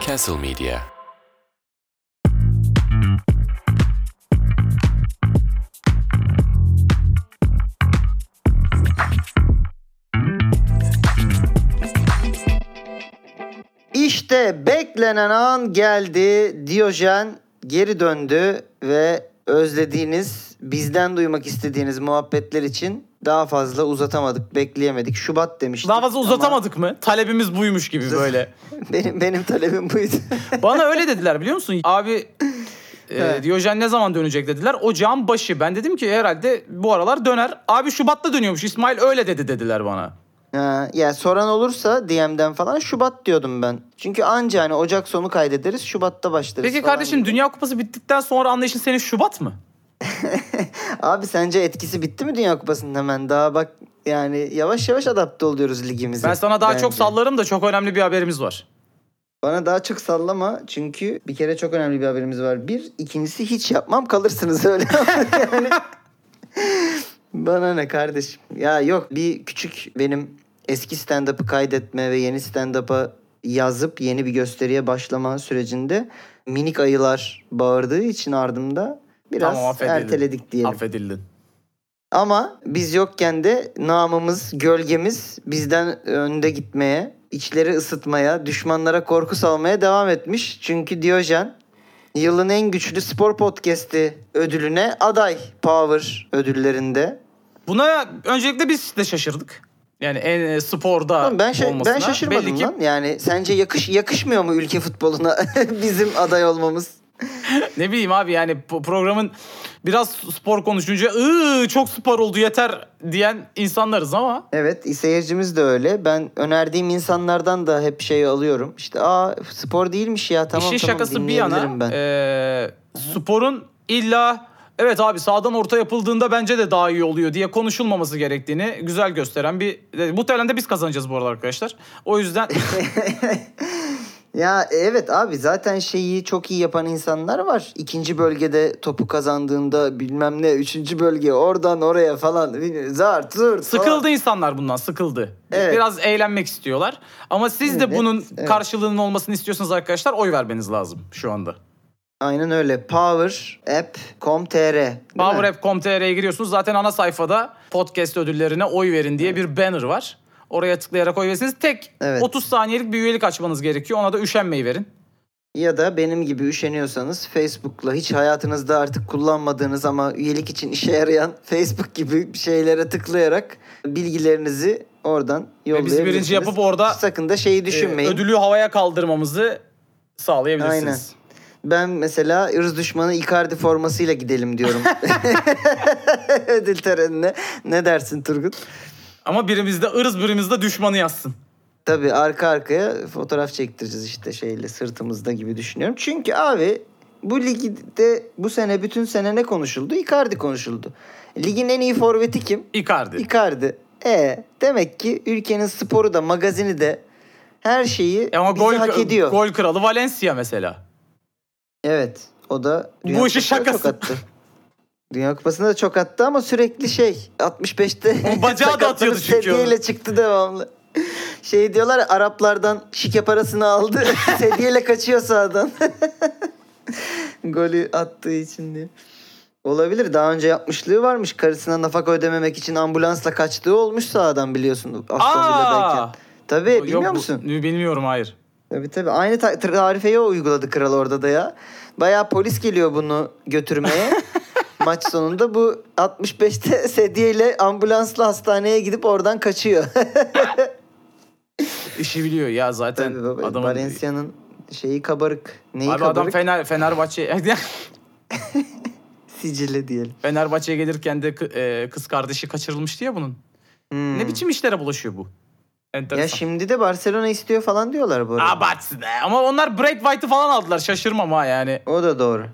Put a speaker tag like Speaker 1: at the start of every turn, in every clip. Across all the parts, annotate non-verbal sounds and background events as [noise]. Speaker 1: Castle Media.
Speaker 2: İşte beklenen an geldi. Diyojen geri döndü ve özlediğiniz, bizden duymak istediğiniz muhabbetler için daha fazla uzatamadık, bekleyemedik. Şubat demiştik.
Speaker 3: Daha fazla
Speaker 2: ama
Speaker 3: uzatamadık mı? Talebimiz buymuş gibi böyle.
Speaker 2: [laughs] Benim, benim talebim buydu. [laughs]
Speaker 3: Bana öyle dediler biliyor musun? Abi e,
Speaker 2: Evet.
Speaker 3: Diyojen ne zaman dönecek dediler. Ocağın başı. Ben dedim ki herhalde bu aralar döner. Abi Şubat'ta dönüyormuş. İsmail öyle dedi dediler bana.
Speaker 2: Ha, ya soran olursa DM'den falan Şubat diyordum ben. Çünkü anca hani Ocak sonu kaydederiz, Şubat'ta başlarız
Speaker 3: Peki
Speaker 2: falan
Speaker 3: kardeşim
Speaker 2: gibi.
Speaker 3: Dünya Kupası bittikten sonra anlayışın senin Şubat mı?
Speaker 2: Abi sence etkisi bitti mi Dünya Kupası'nın hemen? Daha bak yani yavaş yavaş adapte oluyoruz ligimize.
Speaker 3: Ben sana daha çok
Speaker 2: bence.
Speaker 3: sallarım da çok önemli bir haberimiz var.
Speaker 2: Bana daha çok sallama çünkü bir kere çok önemli bir haberimiz var. Bir, ikincisi hiç yapmam kalırsınız öyle. [laughs] Yani Bana ne kardeşim? Ya yok bir küçük benim eski stand-up'ı kaydetme ve yeni stand-up'a yazıp yeni bir gösteriye başlama sürecinde minik ayılar bağırdığı için ardımda biraz
Speaker 3: Tamam, affedildin.
Speaker 2: erteledik diyelim.
Speaker 3: Affedildin.
Speaker 2: Ama biz yokken de namımız, gölgemiz bizden önde gitmeye, içleri ısıtmaya, düşmanlara korku salmaya devam etmiş. Çünkü Diyojen yılın en güçlü spor podcast'i ödülüne aday Power ödüllerinde.
Speaker 3: Buna öncelikle biz de şaşırdık. Yani en e, sporda
Speaker 2: Oğlum ben şa-
Speaker 3: olmasına.
Speaker 2: ben şaşırmadım
Speaker 3: Belli ki
Speaker 2: lan. Yani sence yakış yakışmıyor mu ülke futboluna [laughs] bizim aday olmamız?
Speaker 3: Ne bileyim abi yani po- programın biraz spor konuşunca ıı çok spor oldu yeter diyen insanlarız ama
Speaker 2: Evet seyircimiz de öyle. Ben önerdiğim insanlardan da hep şey alıyorum. İşte aa spor değilmiş ya tamam
Speaker 3: işin
Speaker 2: tamam
Speaker 3: şakası bir
Speaker 2: dinleyebilirim
Speaker 3: yana
Speaker 2: ben.
Speaker 3: e, eee, sporun illa evet abi sağdan orta yapıldığında bence de daha iyi oluyor diye konuşulmaması gerektiğini güzel gösteren bir e, muhtemelen de biz kazanacağız bu arada arkadaşlar.
Speaker 2: [laughs]
Speaker 3: O yüzden
Speaker 2: Ya evet abi zaten şeyi çok iyi yapan insanlar var. İkinci bölgede topu kazandığında bilmem ne üçüncü bölge oradan oraya falan zart zurt falan.
Speaker 3: sıkıldı insanlar bundan sıkıldı.
Speaker 2: Evet.
Speaker 3: Biraz eğlenmek istiyorlar. Ama siz de
Speaker 2: Evet,
Speaker 3: bunun
Speaker 2: evet.
Speaker 3: karşılığının olmasını istiyorsanız arkadaşlar oy vermeniz lazım şu anda.
Speaker 2: Aynen öyle power app.com.tr değil mi?
Speaker 3: PowerApp.com.tr'ye giriyorsunuz. Zaten ana sayfada podcast ödüllerine oy verin diye bir banner var. Oraya tıklayarak oy verirsiniz. Tek
Speaker 2: Evet.
Speaker 3: 30 saniyelik bir üyelik açmanız gerekiyor. Ona da üşenmeyi verin.
Speaker 2: Ya da benim gibi üşeniyorsanız Facebook'la hiç hayatınızda artık kullanmadığınız ama üyelik için işe yarayan [laughs] Facebook gibi şeylere tıklayarak bilgilerinizi oradan yollayabilirsiniz.
Speaker 3: birinci yapıp orada,
Speaker 2: sakın da şeyi düşünmeyin.
Speaker 3: Ee, ödülü havaya kaldırmamızı sağlayabilirsiniz.
Speaker 2: Ben mesela ırz düşmanı Icardi formasıyla gidelim
Speaker 3: [laughs]
Speaker 2: diyorum. Ödül törenine. Ne dersin Turgut?
Speaker 3: Ama birimizde ırz birimizde düşmanı yazsın.
Speaker 2: Tabii arka arkaya fotoğraf çektireceğiz işte şeyle sırtımızda gibi düşünüyorum. Çünkü abi bu ligde bu sene bütün sene ne konuşuldu? Icardi konuşuldu. Ligin en iyi forveti kim?
Speaker 3: Icardi.
Speaker 2: Icardi. E demek ki ülkenin sporu da magazini de her şeyi
Speaker 3: E Ama
Speaker 2: bizi
Speaker 3: gol,
Speaker 2: hak ediyor.
Speaker 3: gol kralı Valencia mesela.
Speaker 2: Evet. O da
Speaker 3: Bu işin
Speaker 2: Kupası'nda
Speaker 3: şakası.
Speaker 2: çok attı. Dünya Kupası'nda da çok attı ama sürekli şey 65'te
Speaker 3: O bacağı da atıyordu çünkü
Speaker 2: Sedyeyle çıktı devamlı. Şey diyorlar ya, Araplardan şike parasını
Speaker 3: [laughs]
Speaker 2: aldı. sedyeyle kaçıyor sağdan. [laughs] Golü attığı için diye. Olabilir. Daha önce yapmışlığı varmış. Karısına nafaka ödememek için ambulansla kaçtığı olmuş sağdan biliyorsun. Aston
Speaker 3: Aa!
Speaker 2: Villa'dayken. Tabii
Speaker 3: Yok,
Speaker 2: Ee, bilmiyor
Speaker 3: bu-
Speaker 2: musun?
Speaker 3: Bilmiyorum hayır.
Speaker 2: Tabii tabii. Aynı ta- tarifeyi o uyguladı kral orada da ya. Bayağı polis geliyor bunu götürmeye. Maç sonunda bu 65'te sedyeyle ambulansla hastaneye gidip oradan kaçıyor. [laughs]
Speaker 3: İşi biliyor ya zaten.
Speaker 2: tabii baba.
Speaker 3: adamın-
Speaker 2: Valencia'nın şeyi kabarık. Neyi
Speaker 3: Abi adam
Speaker 2: kabarık?
Speaker 3: Fener, Fenerbahçe [laughs]
Speaker 2: Sicili diyelim.
Speaker 3: Fenerbahçe'ye gelirken de kı- e, kız kardeşi kaçırılmıştı ya bunun.
Speaker 2: Hmm.
Speaker 3: Ne biçim işlere bulaşıyor bu? Enteresan.
Speaker 2: Ya şimdi de Barcelona istiyor falan diyorlar bu arada.
Speaker 3: Abartsın he. Ama onlar Brad White'ı falan aldılar. Şaşırmam ha yani.
Speaker 2: O da doğru.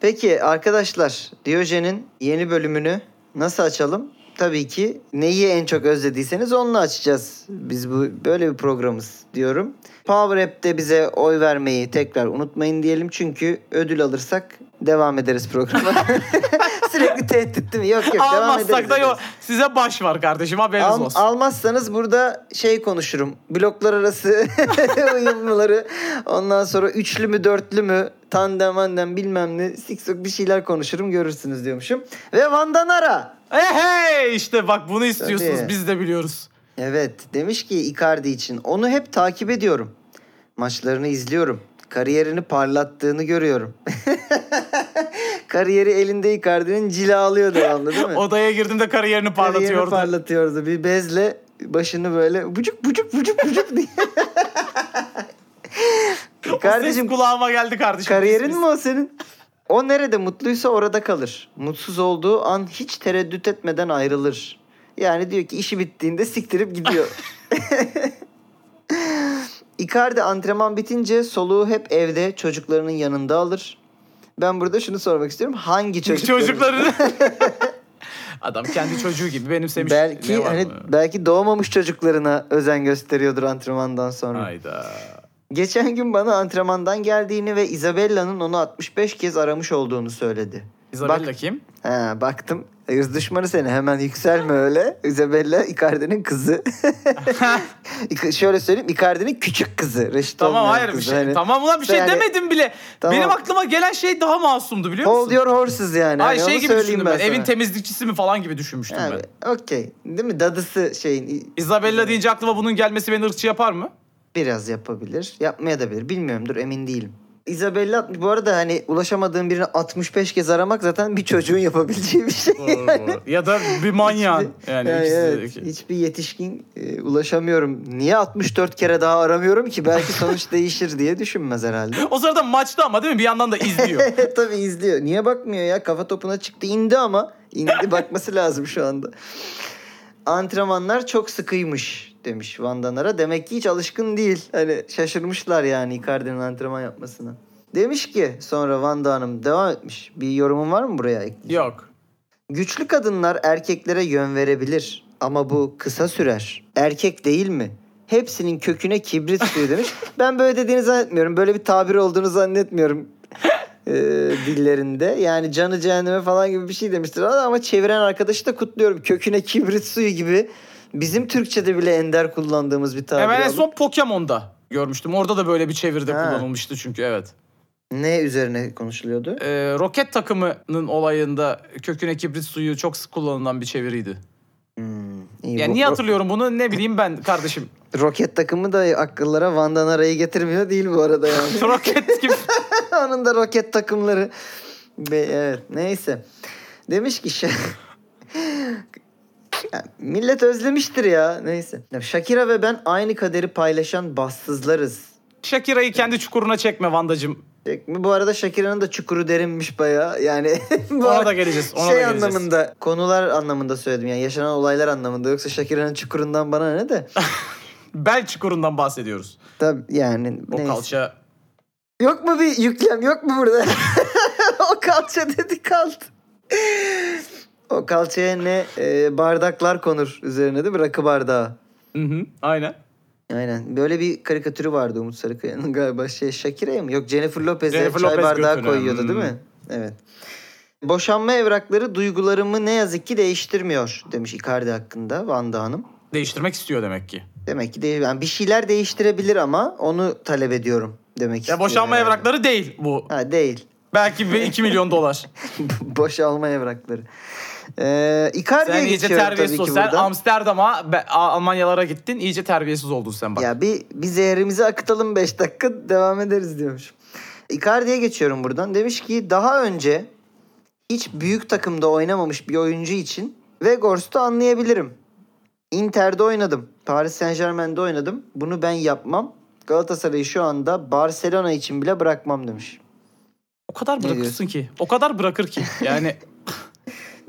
Speaker 2: Peki arkadaşlar Diyojen'in yeni bölümünü nasıl açalım? Tabii ki neyi en çok özlediyseniz onunla açacağız. Biz bu böyle bir programız diyorum. Power App'te bize oy vermeyi tekrar unutmayın diyelim. Çünkü ödül alırsak devam ederiz programa. [laughs] Sürekli tehdit değil mi? Yok yok devam ederiz.
Speaker 3: Almazsak da yok.
Speaker 2: ederiz.
Speaker 3: Size baş var kardeşim haberiniz
Speaker 2: Al-
Speaker 3: olsun.
Speaker 2: almazsanız burada şey konuşurum. Bloklar arası [laughs] uyumluları. Ondan sonra üçlü mü dörtlü mü tandem mandem bilmem ne siksok bir şeyler konuşurum görürsünüz diyormuşum. Ve Vandanara.
Speaker 3: Ehey işte Eh, bak bunu istiyorsunuz
Speaker 2: Tabii.
Speaker 3: biz de biliyoruz.
Speaker 2: Evet demiş ki Icardi için onu hep takip ediyorum. Maçlarını izliyorum. Kariyerini parlattığını görüyorum. [laughs] Kariyeri elinde Icardi'nin cilalıyor devamlı değil mi?
Speaker 3: Odaya girdiğimde kariyerini
Speaker 2: Kariyerini
Speaker 3: parlatıyordu. [laughs]
Speaker 2: parlatıyordu. Bir bezle başını böyle bucuk bucuk bucuk bucuk diye.
Speaker 3: Kardeşim
Speaker 2: Kardeşim-
Speaker 3: kulağıma geldi kardeşim.
Speaker 2: Kariyerin mi o senin? O nerede mutluysa orada kalır. Mutsuz olduğu an hiç tereddüt etmeden ayrılır. Yani diyor ki işi bittiğinde siktirip gidiyor. Icardi antrenman bitince soluğu hep evde çocuklarının yanında alır. Ben burada şunu sormak istiyorum. Hangi çocukların?
Speaker 3: Çocuklarını. [laughs] Adam kendi çocuğu gibi benimsemiş. Ne
Speaker 2: Belki
Speaker 3: var
Speaker 2: hani
Speaker 3: mı?
Speaker 2: belki doğmamış çocuklarına özen gösteriyordur antrenmandan sonra.
Speaker 3: Hayda.
Speaker 2: Geçen gün bana antrenmandan geldiğini ve Isabella'nın onu 65 kez aramış olduğunu söyledi.
Speaker 3: Isabella kim?
Speaker 2: [laughs] Ha, baktım. "E, Yüz düşmanı seni hemen
Speaker 3: [laughs]
Speaker 2: yükselme öyle. Isabella Icardi'nin kızı. [laughs] İka- Şöyle söyleyeyim Icardi'nin küçük kızı. Reşit
Speaker 3: Tamam
Speaker 2: olmayan
Speaker 3: hayır bir
Speaker 2: kızı.
Speaker 3: şey.
Speaker 2: Hani
Speaker 3: Tamam ulan bir şey
Speaker 2: Yani-
Speaker 3: demedim bile.
Speaker 2: Tamam.
Speaker 3: Benim aklıma gelen şey daha masumdu biliyor musun?
Speaker 2: Hold your horses yani.
Speaker 3: Ay
Speaker 2: Hani
Speaker 3: şey
Speaker 2: onu
Speaker 3: gibi
Speaker 2: söyleyeyim
Speaker 3: düşündüm ben.
Speaker 2: sana.
Speaker 3: Evin temizlikçisi mi falan gibi düşünmüştüm
Speaker 2: Yani,
Speaker 3: ben.
Speaker 2: Okey. Değil mi? Dadısı şeyin
Speaker 3: Isabella deyince aklıma bunun gelmesi beni ırkçı yapar mı?
Speaker 2: biraz yapabilir. Yapmaya da bilir. Bilmiyorum dur emin değilim. Isabella atmış- bu arada hani ulaşamadığın birini 65 kez aramak zaten bir çocuğun [laughs] yapabileceği bir şey.
Speaker 3: [laughs] ya da bir manyağın. Yani
Speaker 2: Yani
Speaker 3: ikisi de-
Speaker 2: evet, hiçbir yetişkin e, ulaşamıyorum. Niye 64 kere daha aramıyorum ki? Belki
Speaker 3: [laughs]
Speaker 2: sonuç değişir diye düşünmez herhalde.
Speaker 3: O sırada maçta ama değil mi? Bir yandan
Speaker 2: [laughs]
Speaker 3: da izliyor.
Speaker 2: Tabii izliyor. Niye bakmıyor ya? Kafa topuna çıktı indi ama. indi bakması [laughs] lazım şu anda. Antrenmanlar çok sıkıymış demiş Van Danara. Demek ki hiç alışkın değil. Hani şaşırmışlar yani Icardi'nin antrenman yapmasına. Demiş ki sonra Van Hanım devam etmiş. Bir yorumun var mı buraya?
Speaker 3: Yok.
Speaker 2: Güçlü kadınlar erkeklere yön verebilir ama bu kısa sürer. Erkek değil mi? Hepsinin köküne kibrit suyu
Speaker 3: [laughs]
Speaker 2: demiş. Ben böyle dediğini zannetmiyorum. Böyle bir tabir olduğunu zannetmiyorum. Ee, dillerinde. Yani canı cehenneme falan gibi bir şey demiştir. Ama çeviren arkadaşı da kutluyorum. Köküne kibrit suyu gibi. Bizim Türkçe'de bile ender kullandığımız bir tabir.
Speaker 3: Hemen en
Speaker 2: oldu.
Speaker 3: son Pokemon'da görmüştüm. Orada da böyle bir çevirde
Speaker 2: Ha.
Speaker 3: kullanılmıştı çünkü evet.
Speaker 2: Ne üzerine konuşuluyordu?
Speaker 3: Ee, roket takımının olayında köküne kibrit suyu çok sık kullanılan bir çeviriydi.
Speaker 2: İyi,
Speaker 3: Yani
Speaker 2: Hmm, bu-
Speaker 3: niye
Speaker 2: ro-
Speaker 3: hatırlıyorum bunu ne bileyim ben kardeşim.
Speaker 2: Roket takımı da akıllara Van'dan arayı getirmiyor değil bu arada yani.
Speaker 3: roket gibi.
Speaker 2: Onun da roket takımları. Be- evet neyse. Demiş ki Şa- [laughs] Ya, millet özlemiştir ya neyse. Ya, Shakira ve ben aynı kaderi paylaşan bassızlarız.
Speaker 3: Shakira'yı kendi çukuruna çekme Vandacım.
Speaker 2: Peki mi? Bu arada Shakira'nın da çukuru derinmiş bayağı. Yani [laughs] bu
Speaker 3: Ona
Speaker 2: arada
Speaker 3: da geleceğiz. Ona
Speaker 2: şey
Speaker 3: da geleceğiz.
Speaker 2: anlamında, konular anlamında söyledim yani yaşanan olaylar anlamında. Yoksa Shakira'nın çukurundan bana ne de.
Speaker 3: Ah, Bel çukurundan bahsediyoruz.
Speaker 2: Tabii yani
Speaker 3: O
Speaker 2: neyse.
Speaker 3: kalça.
Speaker 2: Yok mu bir yüklem yok mu burada? [laughs] o kalça dedi kaldı. o kalçaya ne e, bardaklar konur üzerine de bir rakı bardağı.
Speaker 3: Hı hı, aynen.
Speaker 2: Aynen. Böyle bir karikatürü vardı Umut Sarıkaya'nın [laughs] galiba. Şey Shakira'ya mı? Yok Jennifer Lopez'e
Speaker 3: Jennifer
Speaker 2: çay
Speaker 3: Lopez
Speaker 2: bardağı
Speaker 3: götüne.
Speaker 2: koyuyordu değil mi? Evet. Boşanma evrakları duygularımı ne yazık ki değiştirmiyor demiş Icardi hakkında Vanda Hanım.
Speaker 3: Değiştirmek istiyor demek ki.
Speaker 2: Demek ki değil. Yani bir şeyler değiştirebilir ama onu talep ediyorum demek
Speaker 3: Ya
Speaker 2: istiyor
Speaker 3: boşanma
Speaker 2: herhalde.
Speaker 3: evrakları değil bu.
Speaker 2: Ha değil.
Speaker 3: Belki bir 2
Speaker 2: [laughs]
Speaker 3: milyon dolar.
Speaker 2: Boşalma evrakları. Ee, Icardi'ye
Speaker 3: Sen iyice
Speaker 2: geçiyorum tabii
Speaker 3: terbiyesiz
Speaker 2: ki
Speaker 3: ol. Sen
Speaker 2: buradan.
Speaker 3: Amsterdam'a, Be- A- Almanyalara gittin. iyice terbiyesiz oldun sen bak.
Speaker 2: Ya bir, bir zehrimizi akıtalım 5 dakika devam ederiz diyormuş. Icardi'ye geçiyorum buradan. Demiş ki daha önce hiç büyük takımda oynamamış bir oyuncu için Vegors'u anlayabilirim. Inter'de oynadım. Paris Saint Germain'de oynadım. Bunu ben yapmam. Galatasaray'ı şu anda Barcelona için bile bırakmam demiş.
Speaker 3: O kadar bırakırsın ki. O kadar bırakır ki.
Speaker 2: [laughs]
Speaker 3: Yani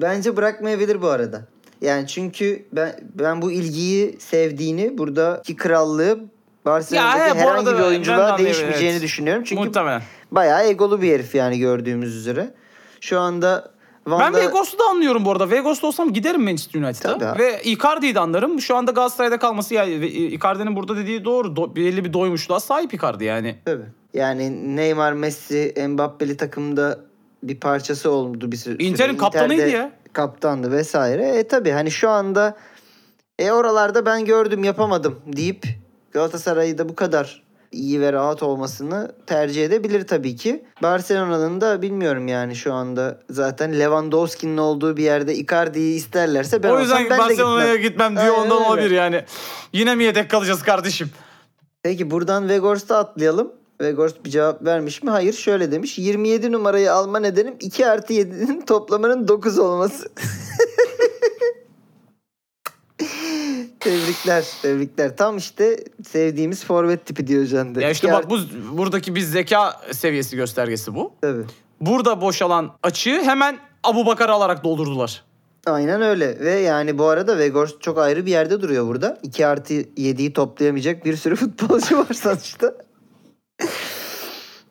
Speaker 2: Bence bırakmayabilir bu arada. Yani çünkü ben ben bu ilgiyi sevdiğini buradaki krallığı Barcelona'daki
Speaker 3: Ya he, bu
Speaker 2: herhangi
Speaker 3: arada
Speaker 2: bir
Speaker 3: ben- ben de
Speaker 2: oyunculuğa
Speaker 3: anlıyorum,
Speaker 2: değişmeyeceğini
Speaker 3: evet.
Speaker 2: düşünüyorum. Çünkü
Speaker 3: muhtemelen.
Speaker 2: bayağı egolu bir herif yani gördüğümüz üzere. Şu anda Van'da
Speaker 3: Ben Vegas'u da anlıyorum bu arada. Vegas'ta olsam giderim Manchester
Speaker 2: Tabii
Speaker 3: United'a.
Speaker 2: abi.
Speaker 3: Ve Icardi'yi de anlarım. Şu anda Galatasaray'da kalması yani ve e, Icardi'nin burada dediği doğru. Do- belli bir doymuşluğa sahip Icardi yani.
Speaker 2: Tabii. Yani Neymar, Messi, Mbappe'li takımda bir parçası oldu bir sü- süre.
Speaker 3: Inter'in kaptanıydı
Speaker 2: Inter'de
Speaker 3: ya.
Speaker 2: Kaptandı vesaire. E tabi hani şu anda e oralarda ben gördüm yapamadım deyip Galatasaray'ı da bu kadar iyi ve rahat olmasını tercih edebilir tabii ki. Barcelona'nın da bilmiyorum yani şu anda zaten Lewandowski'nin olduğu bir yerde Icardi'yi isterlerse ben
Speaker 3: o yüzden
Speaker 2: olsam ben
Speaker 3: Barcelona'ya
Speaker 2: de gitmem.
Speaker 3: gitmem
Speaker 2: Aynen
Speaker 3: diyor ondan
Speaker 2: öyle.
Speaker 3: olabilir yani. Yine mi yedek kalacağız kardeşim?
Speaker 2: Peki buradan Vegors'ta atlayalım. Vegors bir cevap vermiş mi? Hayır şöyle demiş. 27 numarayı alma nedenim 2 artı 7'nin [laughs] toplamının 9 olması. [laughs] tebrikler, tebrikler. Tam işte sevdiğimiz forvet tipi diyor Can de.
Speaker 3: Ya işte
Speaker 2: İki
Speaker 3: bak
Speaker 2: artı-
Speaker 3: bu buradaki bir zeka seviyesi göstergesi bu.
Speaker 2: Tabii.
Speaker 3: Burada boşalan açığı hemen Abu Bakar alarak doldurdular.
Speaker 2: Aynen öyle. Ve yani bu arada Vegors çok ayrı bir yerde duruyor burada. 2 artı 7'yi toplayamayacak bir sürü futbolcu var sonuçta.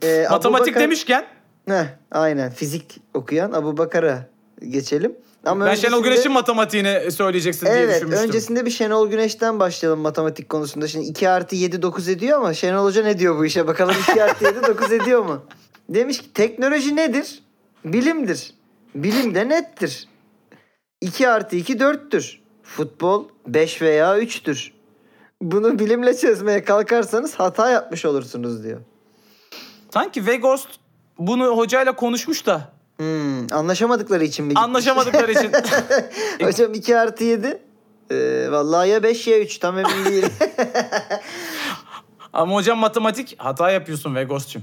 Speaker 2: Ee,
Speaker 3: Matematik
Speaker 2: Abubakar-
Speaker 3: demişken
Speaker 2: Heh, aynen fizik okuyan Abu Bakar'a geçelim. Ama
Speaker 3: ben Şenol
Speaker 2: öncesinde-
Speaker 3: Güneş'in matematiğini söyleyeceksin diye
Speaker 2: Evet
Speaker 3: düşünmüştüm.
Speaker 2: öncesinde bir Şenol Güneş'ten başlayalım matematik konusunda. Şimdi 2 artı 7 9 ediyor ama Şenol Hoca ne diyor bu işe bakalım 2 artı 7 9 ediyor
Speaker 3: [laughs]
Speaker 2: mu? Demiş ki teknoloji nedir? Bilimdir. Bilim de nettir. 2 artı 2 4'tür. Futbol 5 veya 3'tür. Bunu bilimle çözmeye kalkarsanız hata yapmış olursunuz diyor.
Speaker 3: Sanki Vegost bunu hocayla konuşmuş da
Speaker 2: Hmm, anlaşamadıkları için mi? gitmiş? [laughs]
Speaker 3: anlaşamadıkları için.
Speaker 2: Hocam 2 artı 7. Ee, vallahi ya 5 ya 3 tam emin
Speaker 3: [laughs]
Speaker 2: değilim.
Speaker 3: Ama hocam matematik hata yapıyorsun Vegos'cum.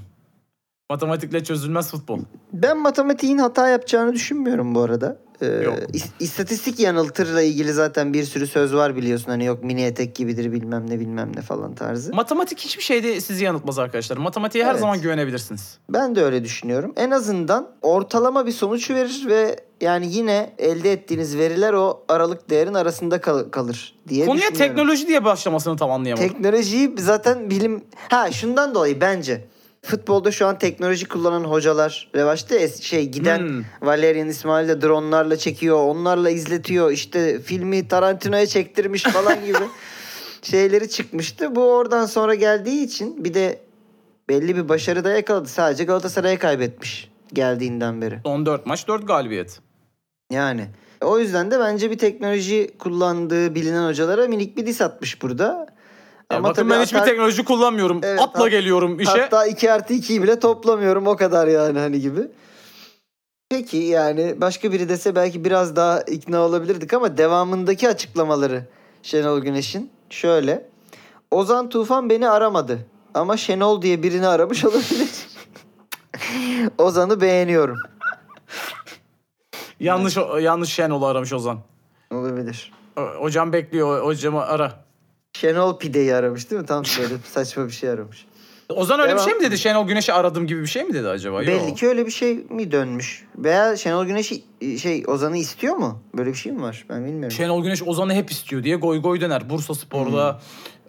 Speaker 3: Matematikle çözülmez futbol.
Speaker 2: ben matematiğin hata yapacağını düşünmüyorum bu arada. Ee,
Speaker 3: Yok.
Speaker 2: is- istatistik yanıltırla ilgili zaten bir sürü söz var biliyorsun. Hani yok mini etek gibidir bilmem ne bilmem ne falan tarzı.
Speaker 3: Matematik hiçbir şeyde sizi yanıltmaz arkadaşlar. Matematiğe her
Speaker 2: Evet.
Speaker 3: zaman güvenebilirsiniz.
Speaker 2: Ben de öyle düşünüyorum. En azından ortalama bir sonuç verir ve yani yine elde ettiğiniz veriler o aralık değerin arasında kal- kalır diye
Speaker 3: Konuya
Speaker 2: düşünüyorum.
Speaker 3: teknoloji diye başlamasını tam anlayamadım.
Speaker 2: Teknolojiyi zaten bilim... Ha şundan dolayı bence. Futbolda şu an teknoloji kullanan hocalar revaçta es- şey giden
Speaker 3: Hmm.
Speaker 2: Valerian İsmail de dronlarla çekiyor, onlarla izletiyor. İşte filmi Tarantino'ya çektirmiş falan
Speaker 3: [laughs]
Speaker 2: gibi şeyleri çıkmıştı. Bu oradan sonra geldiği için bir de belli bir başarı da yakaladı. Sadece Galatasaray'a kaybetmiş geldiğinden beri.
Speaker 3: Son 4 maç 4 galibiyet.
Speaker 2: Yani o yüzden de bence bir teknoloji kullandığı bilinen hocalara minik bir dis atmış burada.
Speaker 3: Ya bakın
Speaker 2: tabii
Speaker 3: ben hiçbir
Speaker 2: atar-
Speaker 3: teknoloji kullanmıyorum.
Speaker 2: Evet,
Speaker 3: Atla
Speaker 2: hat-
Speaker 3: geliyorum işe.
Speaker 2: Hatta 2 artı 2'yi bile toplamıyorum o kadar yani hani gibi. Peki yani başka biri dese belki biraz daha ikna olabilirdik ama devamındaki açıklamaları Şenol Güneş'in şöyle. Ozan Tufan beni aramadı ama Şenol diye birini aramış [laughs] olabilir. Ozan'ı beğeniyorum.
Speaker 3: Yanlış yanlış Şenol'u aramış Ozan.
Speaker 2: Olabilir.
Speaker 3: O- Hocam bekliyor. Hocamı ara.
Speaker 2: Şenol Pide'yi aramış değil mi? Tam böyle saçma bir şey aramış.
Speaker 3: Ozan öyle bir
Speaker 2: Devam.
Speaker 3: şey mi dedi? Şenol Güneş'i aradım gibi bir şey mi dedi acaba? Yo.
Speaker 2: Belli ki öyle bir şey mi dönmüş? Veya Şenol Güneş şey Ozan'ı istiyor mu? Böyle bir şey mi var? Ben bilmiyorum.
Speaker 3: Şenol Güneş Ozan'ı hep istiyor diye goy goy döner. Bursa Spor'da
Speaker 2: Hmm.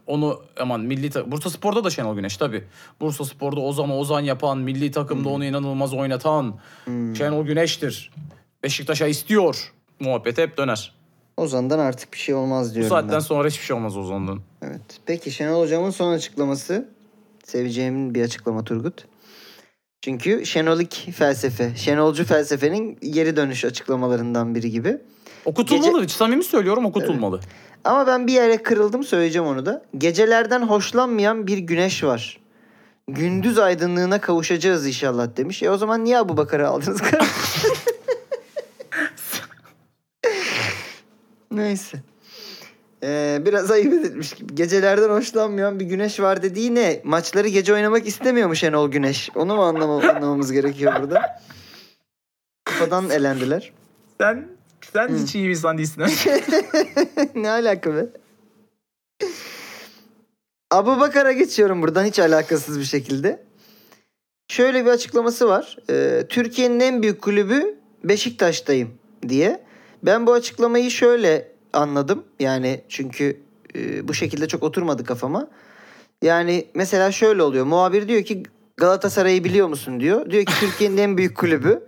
Speaker 3: onu aman milli ta- Bursa Spor'da da Şenol Güneş tabii. Bursa Spor'da Ozan'ı Ozan yapan, milli takımda
Speaker 2: Hmm.
Speaker 3: onu inanılmaz oynatan Şenol Güneş'tir. Beşiktaş'a istiyor. Muhabbet hep döner.
Speaker 2: Ozan'dan artık bir şey olmaz
Speaker 3: Bu
Speaker 2: diyorum
Speaker 3: saatten sonra hiçbir şey olmaz Ozan'dan.
Speaker 2: ben. Evet. Peki Şenol Hocam'ın son açıklaması. Seveceğimin bir açıklama Turgut. Çünkü Şenolik felsefe, Şenolcu felsefenin geri dönüş açıklamalarından biri gibi.
Speaker 3: Okutulmalı. Samimi söylüyorum okutulmalı.
Speaker 2: Ama ben bir yere kırıldım söyleyeceğim onu da. Gecelerden hoşlanmayan bir güneş var. Gündüz aydınlığına kavuşacağız inşallah demiş. E o zaman niye Abu Bakar'ı aldınız? [laughs] kardeşim? Neyse. Ee, biraz ayıp edilmiş gibi. Gecelerden hoşlanmayan bir güneş var dediği ne? Maçları gece oynamak istemiyormuş Enol Güneş. Onu mu anlama- anlamamız gerekiyor burada? Kafadan elendiler.
Speaker 3: Sen sen hiç iyi bir insan değilsin.
Speaker 2: ne alaka be? Abu Bakar'a geçiyorum buradan hiç alakasız bir şekilde. Şöyle bir açıklaması var. Ee, Türkiye'nin en büyük kulübü Beşiktaş'tayım diye. Ben bu açıklamayı şöyle anladım. Yani çünkü e, bu şekilde çok oturmadı kafama. Yani mesela şöyle oluyor. Muhabir diyor ki Galatasaray'ı biliyor musun diyor. Diyor ki Türkiye'nin en büyük kulübü.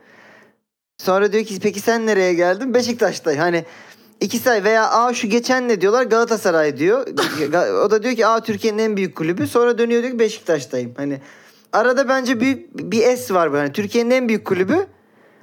Speaker 2: Sonra diyor ki peki sen nereye geldin? Beşiktaş'tay. Hani ikisi ay veya aa şu geçen ne diyorlar? Galatasaray diyor. Ga- o da diyor ki aa Türkiye'nin en büyük kulübü. Sonra dönüyor diyor ki Beşiktaş'tayım. Hani arada bence büyük bir S var. böyle. Hani Türkiye'nin en büyük kulübü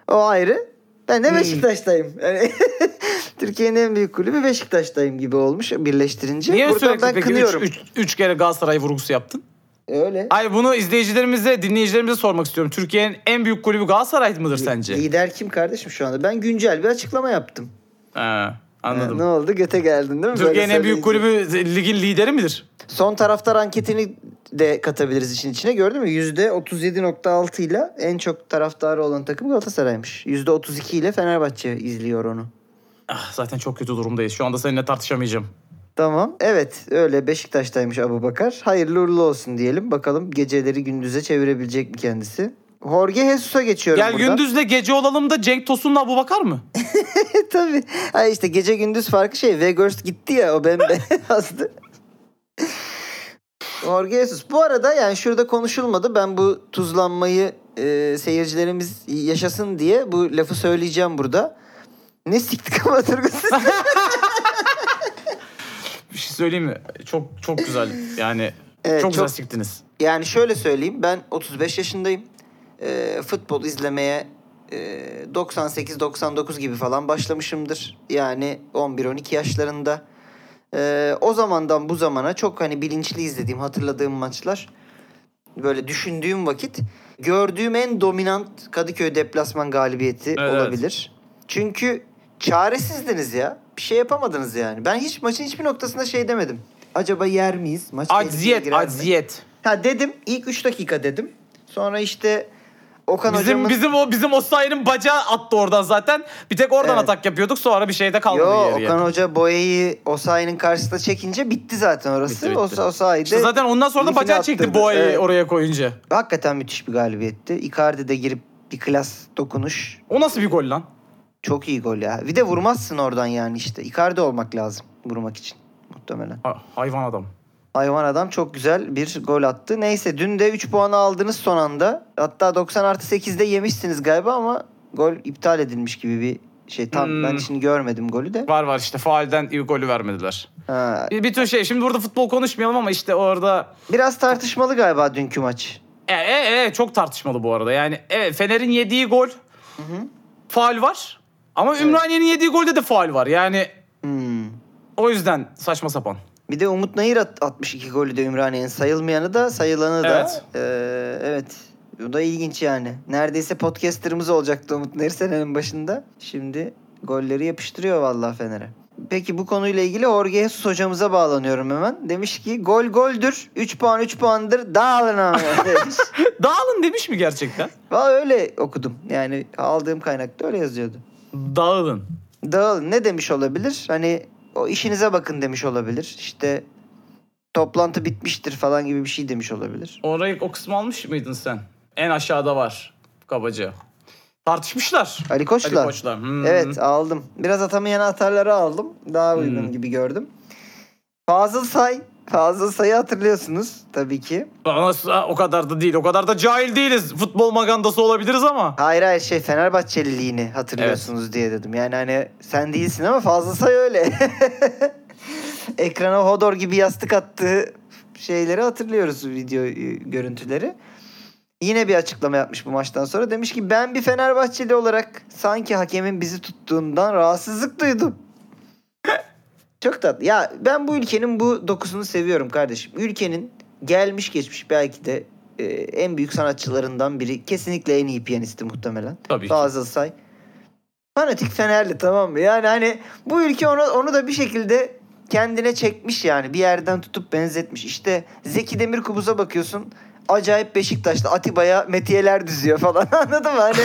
Speaker 2: O ayrı. Ben
Speaker 3: Hmm.
Speaker 2: de Beşiktaş'tayım. Yani [laughs] Türkiye'nin en büyük kulübü Beşiktaş'tayım gibi olmuş birleştirince.
Speaker 3: Niye
Speaker 2: Buradan
Speaker 3: sürekli
Speaker 2: ben
Speaker 3: peki üç,
Speaker 2: kınıyorum. E,
Speaker 3: üç, üç kere Galatasaray vurgusu yaptın?
Speaker 2: Öyle.
Speaker 3: Ay bunu izleyicilerimize, dinleyicilerimize sormak istiyorum. Türkiye'nin en büyük kulübü Galatasaray mıdır sence?
Speaker 2: Lider kim kardeşim şu anda? Ben güncel bir açıklama yaptım.
Speaker 3: Ha,
Speaker 2: Ha,
Speaker 3: anladım.
Speaker 2: Ne oldu? Göte geldin değil mi?
Speaker 3: Türkiye'nin
Speaker 2: Böyle
Speaker 3: en büyük
Speaker 2: söyleyince.
Speaker 3: kulübü ligin lideri midir?
Speaker 2: Son taraftar anketini de katabiliriz işin içine. Gördün mü? %37.6 ile en çok taraftarı olan takım Galatasaray'mış. %32 ile Fenerbahçe izliyor onu.
Speaker 3: Ah, zaten çok kötü durumdayız. Şu anda seninle tartışamayacağım.
Speaker 2: Tamam. Evet öyle Beşiktaş'taymış Abu Bakar. Hayırlı uğurlu olsun diyelim. Bakalım geceleri gündüze çevirebilecek mi kendisi? Jorge Jesus'a geçiyorum
Speaker 3: Gel
Speaker 2: buradan.
Speaker 3: gündüzle gece olalım da Cenk Tosun'la Abu Bakar mı?
Speaker 2: [laughs] Tabii. Ha işte gece gündüz farkı şey. Weghorst gitti ya o bembeyazdı. Jorge Jesus. Bu arada yani şurada konuşulmadı. Ben bu tuzlanmayı e, seyircilerimiz yaşasın diye bu lafı söyleyeceğim burada. Ne siktik ama Turgut.
Speaker 3: Bir şey söyleyeyim mi? Çok çok güzel. Yani
Speaker 2: Evet,
Speaker 3: çok güzel
Speaker 2: çok-
Speaker 3: siktiniz.
Speaker 2: Yani şöyle söyleyeyim ben 35 yaşındayım. Ee, futbol izlemeye e, 98-99 gibi falan başlamışımdır. Yani 11-12 yaşlarında. Ee, o zamandan bu zamana çok hani bilinçli izlediğim, hatırladığım maçlar. Böyle düşündüğüm vakit gördüğüm en dominant Kadıköy deplasman galibiyeti
Speaker 3: Evet.
Speaker 2: olabilir. Çünkü çaresizdiniz ya. Bir şey yapamadınız yani. Ben hiç maçın hiçbir noktasında şey demedim. Acaba yer miyiz? Maç tehlikeye
Speaker 3: Acziyet,
Speaker 2: girer mi?
Speaker 3: acziyet.
Speaker 2: Ha dedim ilk 3 dakika dedim. Sonra işte Okan
Speaker 3: Bizim
Speaker 2: hocamın
Speaker 3: bizim o bizim Osayi'nin bacağı attı oradan zaten. Bir tek oradan
Speaker 2: Evet.
Speaker 3: atak yapıyorduk. Sonra bir şeyde kalmadı
Speaker 2: Yo
Speaker 3: yarıya.
Speaker 2: Okan Hoca boyayı Osayi'nin karşısına çekince bitti zaten
Speaker 3: Bitti,
Speaker 2: orası.
Speaker 3: bitti.
Speaker 2: Osa Osayi de
Speaker 3: İşte zaten ondan sonra da
Speaker 2: ligini
Speaker 3: bacağı çekti
Speaker 2: attırdı.
Speaker 3: Boğa'yı
Speaker 2: Evet.
Speaker 3: oraya koyunca.
Speaker 2: Hakikaten müthiş bir galibiyetti. Icardi de girip bir klas dokunuş.
Speaker 3: O nasıl bir gol lan?
Speaker 2: Çok iyi gol ya. Bir de vurmazsın oradan yani işte. Icardi olmak lazım vurmak için muhtemelen.
Speaker 3: Ha- hayvan adam.
Speaker 2: Hayvan adam çok güzel bir gol attı. Neyse dün de 3 puanı aldınız son anda. Hatta 90 artı 8'de yemişsiniz galiba ama gol iptal edilmiş gibi bir şey. Tam
Speaker 3: Hmm.
Speaker 2: ben şimdi görmedim golü de.
Speaker 3: Var var işte faalden iyi golü vermediler.
Speaker 2: Ha,
Speaker 3: Bir, bir tür şey şimdi burada futbol konuşmayalım ama işte orada
Speaker 2: biraz tartışmalı galiba dünkü maç.
Speaker 3: e, e, e, çok tartışmalı bu arada. Yani evet Fener'in yediği gol faal var ama Ümraniye'nin yediği golde de faal var. Yani
Speaker 2: Hmm.
Speaker 3: o yüzden saçma sapan. [laughs]
Speaker 2: Bir de Umut Nayır at- 62 golü de Ümraniye'nin sayılmayanı da sayılanı da.
Speaker 3: Evet.
Speaker 2: Ee, evet. Bu da ilginç yani. Neredeyse podcasterımız olacaktı Umut Nayır senenin başında. Şimdi golleri yapıştırıyor vallahi Fener'e. Peki bu konuyla ilgili Jorge Jesus hocamıza bağlanıyorum hemen. Demiş ki gol goldür. 3 puan 3 puandır. Dağılın ama [laughs] demiş.
Speaker 3: Dağılın demiş mi gerçekten?
Speaker 2: Vallahi öyle okudum. Yani aldığım kaynakta öyle yazıyordu.
Speaker 3: Dağılın.
Speaker 2: Dağılın ne demiş olabilir? Hani o işinize bakın demiş olabilir. İşte toplantı bitmiştir falan gibi bir şey demiş olabilir.
Speaker 3: Orayı o kısmı almış mıydın sen? En aşağıda var kabaca. Tartışmışlar.
Speaker 2: Ali Koç'la.
Speaker 3: Ali Koç'la. Hmm.
Speaker 2: Evet aldım. Biraz atamayan atarları aldım. Daha uygun gibi gördüm. Fazıl Say. Fazıl Say'ı hatırlıyorsunuz tabii ki.
Speaker 3: Nasıl- o kadar da değil. O kadar da cahil değiliz. Futbol magandası olabiliriz ama.
Speaker 2: Hayır hayır şey Fenerbahçeliliğini hatırlıyorsunuz diye dedim. Yani hani sen değilsin ama Fazıl Say öyle. [laughs] Ekrana Hodor gibi yastık attığı şeyleri hatırlıyoruz video e, görüntüleri. Yine bir açıklama yapmış bu maçtan sonra. Demiş ki ben bir Fenerbahçeli olarak sanki hakemin bizi tuttuğundan rahatsızlık duydum. [laughs] Çok tatlı. Ya ben bu ülkenin bu dokusunu seviyorum kardeşim. Ülkenin gelmiş geçmiş belki de e, en büyük sanatçılarından biri. Kesinlikle en iyi piyanisti muhtemelen.
Speaker 3: Tabii ki.
Speaker 2: Fazıl Say. Fanatik Fenerli tamam mı? Yani hani bu ülke onu, onu da bir şekilde kendine çekmiş yani. Bir yerden tutup benzetmiş. İşte Zeki Demirkubuz'a bakıyorsun. Acayip Beşiktaşlı Atiba'ya metiyeler düzüyor falan. [laughs] Anladın mı? Hani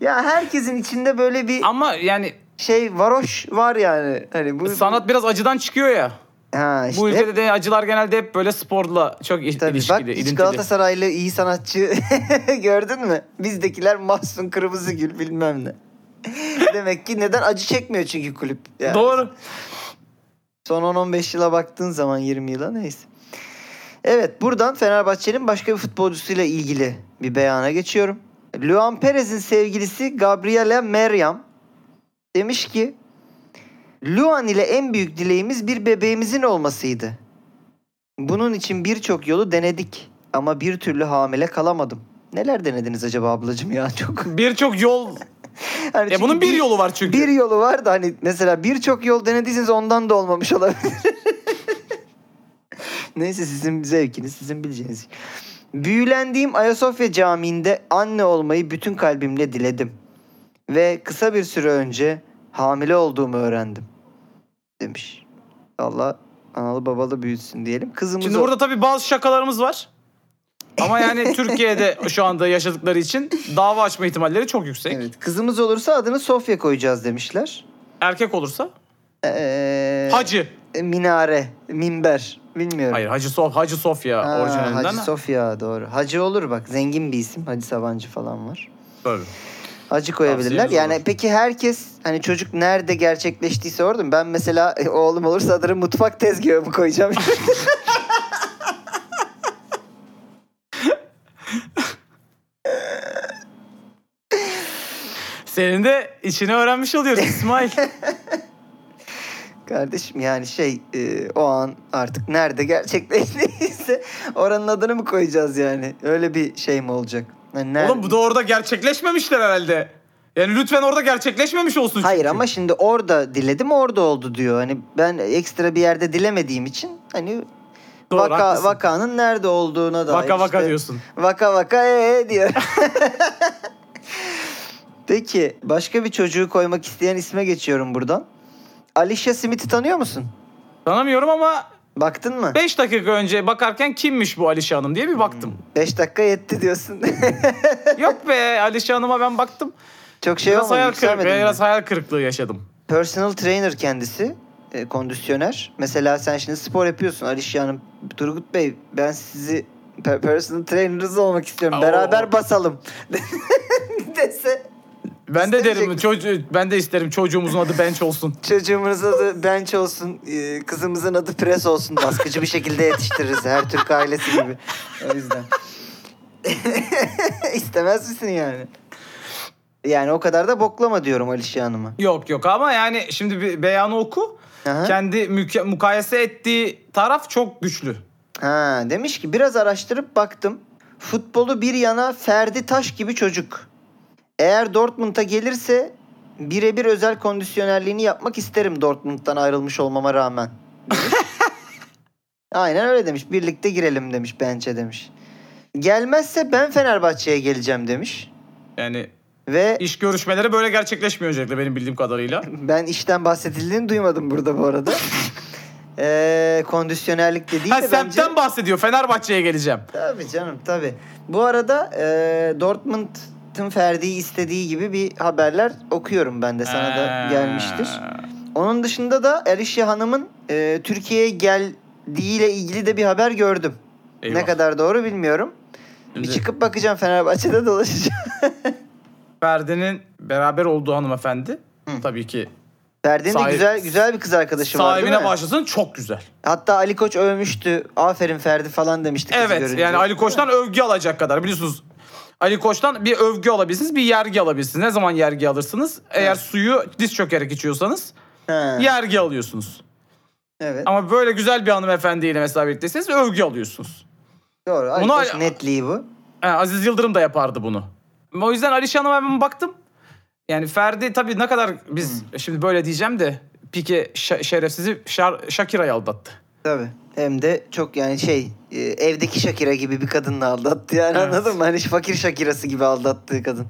Speaker 2: ya herkesin içinde böyle bir
Speaker 3: Ama yani
Speaker 2: şey varoş var yani. Hani bu
Speaker 3: sanat biraz acıdan çıkıyor ya.
Speaker 2: ha işte.
Speaker 3: Bu ülkede de acılar genelde hep böyle sporla çok il-
Speaker 2: Tabii
Speaker 3: ilişkili,
Speaker 2: bak hiç
Speaker 3: ilintili.
Speaker 2: Galatasaraylı iyi sanatçı [laughs] gördün mü? Bizdekiler mahzun kırmızı gül bilmem ne. [laughs] Demek ki neden acı çekmiyor çünkü kulüp. Yani
Speaker 3: Doğru.
Speaker 2: Son 10-15 yıla baktığın zaman 20 yıla neyse. Evet buradan Fenerbahçe'nin başka bir futbolcusuyla ilgili bir beyana geçiyorum. Luan Perez'in sevgilisi Gabriela Meryem demiş ki Luan ile en büyük dileğimiz bir bebeğimizin olmasıydı. Bunun için birçok yolu denedik ama bir türlü hamile kalamadım. Neler denediniz acaba ablacığım ya [laughs] çok.
Speaker 3: Birçok yol.
Speaker 2: Hani
Speaker 3: Ya
Speaker 2: çünkü
Speaker 3: bunun bir yolu var çünkü.
Speaker 2: Bir yolu var da hani mesela birçok yol denediyseniz ondan da olmamış olabilir. [laughs] Neyse sizin zevkiniz, sizin bileceğiniz. Büyülendiğim Ayasofya Camii'nde anne olmayı bütün kalbimle diledim. Ve kısa bir süre önce hamile olduğumu öğrendim. Demiş. Allah analı babalı büyütsün diyelim. Kızımız
Speaker 3: Şimdi
Speaker 2: o-
Speaker 3: burada tabii bazı şakalarımız var. Ama yani
Speaker 2: [laughs]
Speaker 3: Türkiye'de şu anda yaşadıkları için dava açma ihtimalleri çok yüksek.
Speaker 2: Evet, kızımız olursa adını Sofya koyacağız demişler.
Speaker 3: Erkek olursa
Speaker 2: Ee,
Speaker 3: Hacı.
Speaker 2: Minare, minber. Bilmiyorum.
Speaker 3: Hayır Hacı Sof Hacı Sofya
Speaker 2: Ha,
Speaker 3: orijinalinden.
Speaker 2: Hacı Sofya doğru. Hacı olur bak. Zengin bir isim. Hacı Sabancı falan var.
Speaker 3: Böyle.
Speaker 2: Hacı koyabilirler.
Speaker 3: Tavsiyeniz
Speaker 2: Yani
Speaker 3: olur.
Speaker 2: peki herkes hani çocuk nerede gerçekleştiyse orada mı? Ben mesela e, oğlum olursa adını mutfak tezgahı mı koyacağım? [laughs]
Speaker 3: Senin de içini öğrenmiş oluyoruz
Speaker 2: [laughs]
Speaker 3: İsmail.
Speaker 2: Kardeşim yani şey e, o an artık nerede gerçekleştiyse oranın adını mı koyacağız yani? Öyle bir şey mi olacak? Hani nerede-
Speaker 3: Oğlum bu da orada gerçekleşmemişler herhalde. Yani lütfen orada gerçekleşmemiş olsun çünkü.
Speaker 2: Hayır ama şimdi orada diledim orada oldu diyor. Hani ben ekstra bir yerde dilemediğim için hani
Speaker 3: Doğru,
Speaker 2: vaka-
Speaker 3: haklısın.
Speaker 2: vakanın nerede olduğuna dair.
Speaker 3: Vaka vaka
Speaker 2: işte-
Speaker 3: diyorsun.
Speaker 2: Vaka vaka ee diyor. Peki başka bir çocuğu koymak isteyen isme geçiyorum buradan. Alicia Smith'i tanıyor musun?
Speaker 3: Tanımıyorum ama
Speaker 2: Baktın mı?
Speaker 3: 5 dakika önce bakarken kimmiş bu Alişe Hanım diye bir baktım.
Speaker 2: 5 dakika yetti diyorsun. [laughs] Hmm.
Speaker 3: Yok be Alişe Hanım'a ben baktım.
Speaker 2: Çok şey
Speaker 3: biraz
Speaker 2: olmadı.
Speaker 3: hayal kırıklığı,
Speaker 2: yükselmedin mi?
Speaker 3: biraz hayal kırıklığı yaşadım.
Speaker 2: Personal trainer kendisi. e, kondisyoner. Mesela sen şimdi spor yapıyorsun Alişya Hanım. Turgut Bey ben sizi pe- personal trainer'ınız olmak istiyorum.
Speaker 3: Aa,
Speaker 2: Beraber
Speaker 3: o-
Speaker 2: basalım. [laughs] dese
Speaker 3: Ben de
Speaker 2: İstemeyecek
Speaker 3: derim
Speaker 2: misin?
Speaker 3: çocuğu ben de isterim çocuğumuzun adı Benç olsun.
Speaker 2: çocuğumuzun adı bench olsun. e, kızımızın adı pres olsun. Baskıcı bir şekilde yetiştiririz. Her Türk ailesi gibi. O yüzden. [laughs] İstemez misin yani? Yani o kadar da boklama diyorum Alişya Hanım'a.
Speaker 3: Yok yok ama yani şimdi bir beyanı oku.
Speaker 2: Aha.
Speaker 3: Kendi müke- mukayese ettiği taraf çok güçlü.
Speaker 2: Ha demiş ki biraz araştırıp baktım. Futbolu bir yana Ferdi Taş gibi çocuk. Eğer Dortmund'a gelirse birebir özel kondisyonerliğini yapmak isterim Dortmund'dan ayrılmış olmama rağmen. [laughs] demiş. Aynen öyle demiş. Birlikte girelim demiş bence demiş. Gelmezse ben Fenerbahçe'ye geleceğim demiş.
Speaker 3: Yani
Speaker 2: Ve
Speaker 3: iş görüşmeleri böyle gerçekleşmiyor öncelikle benim bildiğim kadarıyla.
Speaker 2: ben işten bahsedildiğini duymadım burada bu
Speaker 3: [laughs]
Speaker 2: arada. Ee, kondisyonerlik de değil
Speaker 3: Ha
Speaker 2: de bence...
Speaker 3: semtten bahsediyor Fenerbahçe'ye geleceğim.
Speaker 2: Tabii canım tabii. Bu arada e, Dortmund'un Ferdi'yi istediği gibi bir haberler okuyorum ben de sana da
Speaker 3: Ee,
Speaker 2: gelmiştir. Onun dışında da Erişya Hanım'ın e, Türkiye'ye geldiğiyle ilgili de bir haber gördüm.
Speaker 3: Eyvah.
Speaker 2: Ne kadar doğru bilmiyorum. Bir
Speaker 3: Şimdi-
Speaker 2: çıkıp bakacağım Fenerbahçe'de [laughs] dolaşacağım.
Speaker 3: Ferdi'nin beraber olduğu hanımefendi tabii ki
Speaker 2: Ferdi'nin de
Speaker 3: Sahi-
Speaker 2: güzel güzel bir kız arkadaşı var değil
Speaker 3: sahibine
Speaker 2: mi?
Speaker 3: başlasın çok güzel.
Speaker 2: Hatta Ali Koç övmüştü. Aferin Ferdi falan demişti kızı
Speaker 3: Evet
Speaker 2: görünce.
Speaker 3: yani Ali Koç'tan övgü alacak kadar biliyorsunuz. Ali Koç'tan bir övgü alabilirsiniz, bir yergi alabilirsiniz. Ne zaman yergi alırsınız? Eğer suyu diz çökerek içiyorsanız
Speaker 2: Ha,
Speaker 3: yergi alıyorsunuz.
Speaker 2: evet.
Speaker 3: Ama böyle güzel bir hanımefendiyle mesela birlikteyseniz övgü alıyorsunuz.
Speaker 2: Doğru. Ali
Speaker 3: Bunu-
Speaker 2: Koç netliği bu.
Speaker 3: Ha, Aziz Yıldırım da yapardı bunu. O yüzden Alişan Hanım'a ben baktım. Yani Ferdi tabii ne kadar biz
Speaker 2: Hmm.
Speaker 3: şimdi böyle diyeceğim de Pike şa- şerefsizi Şar- Shakira'yı aldattı.
Speaker 2: Tabii. Hem de çok yani şey e, evdeki Shakira gibi bir kadınla aldattı yani
Speaker 3: Evet.
Speaker 2: anladın mı? Hani şu fakir Shakira'sı gibi aldattığı kadın.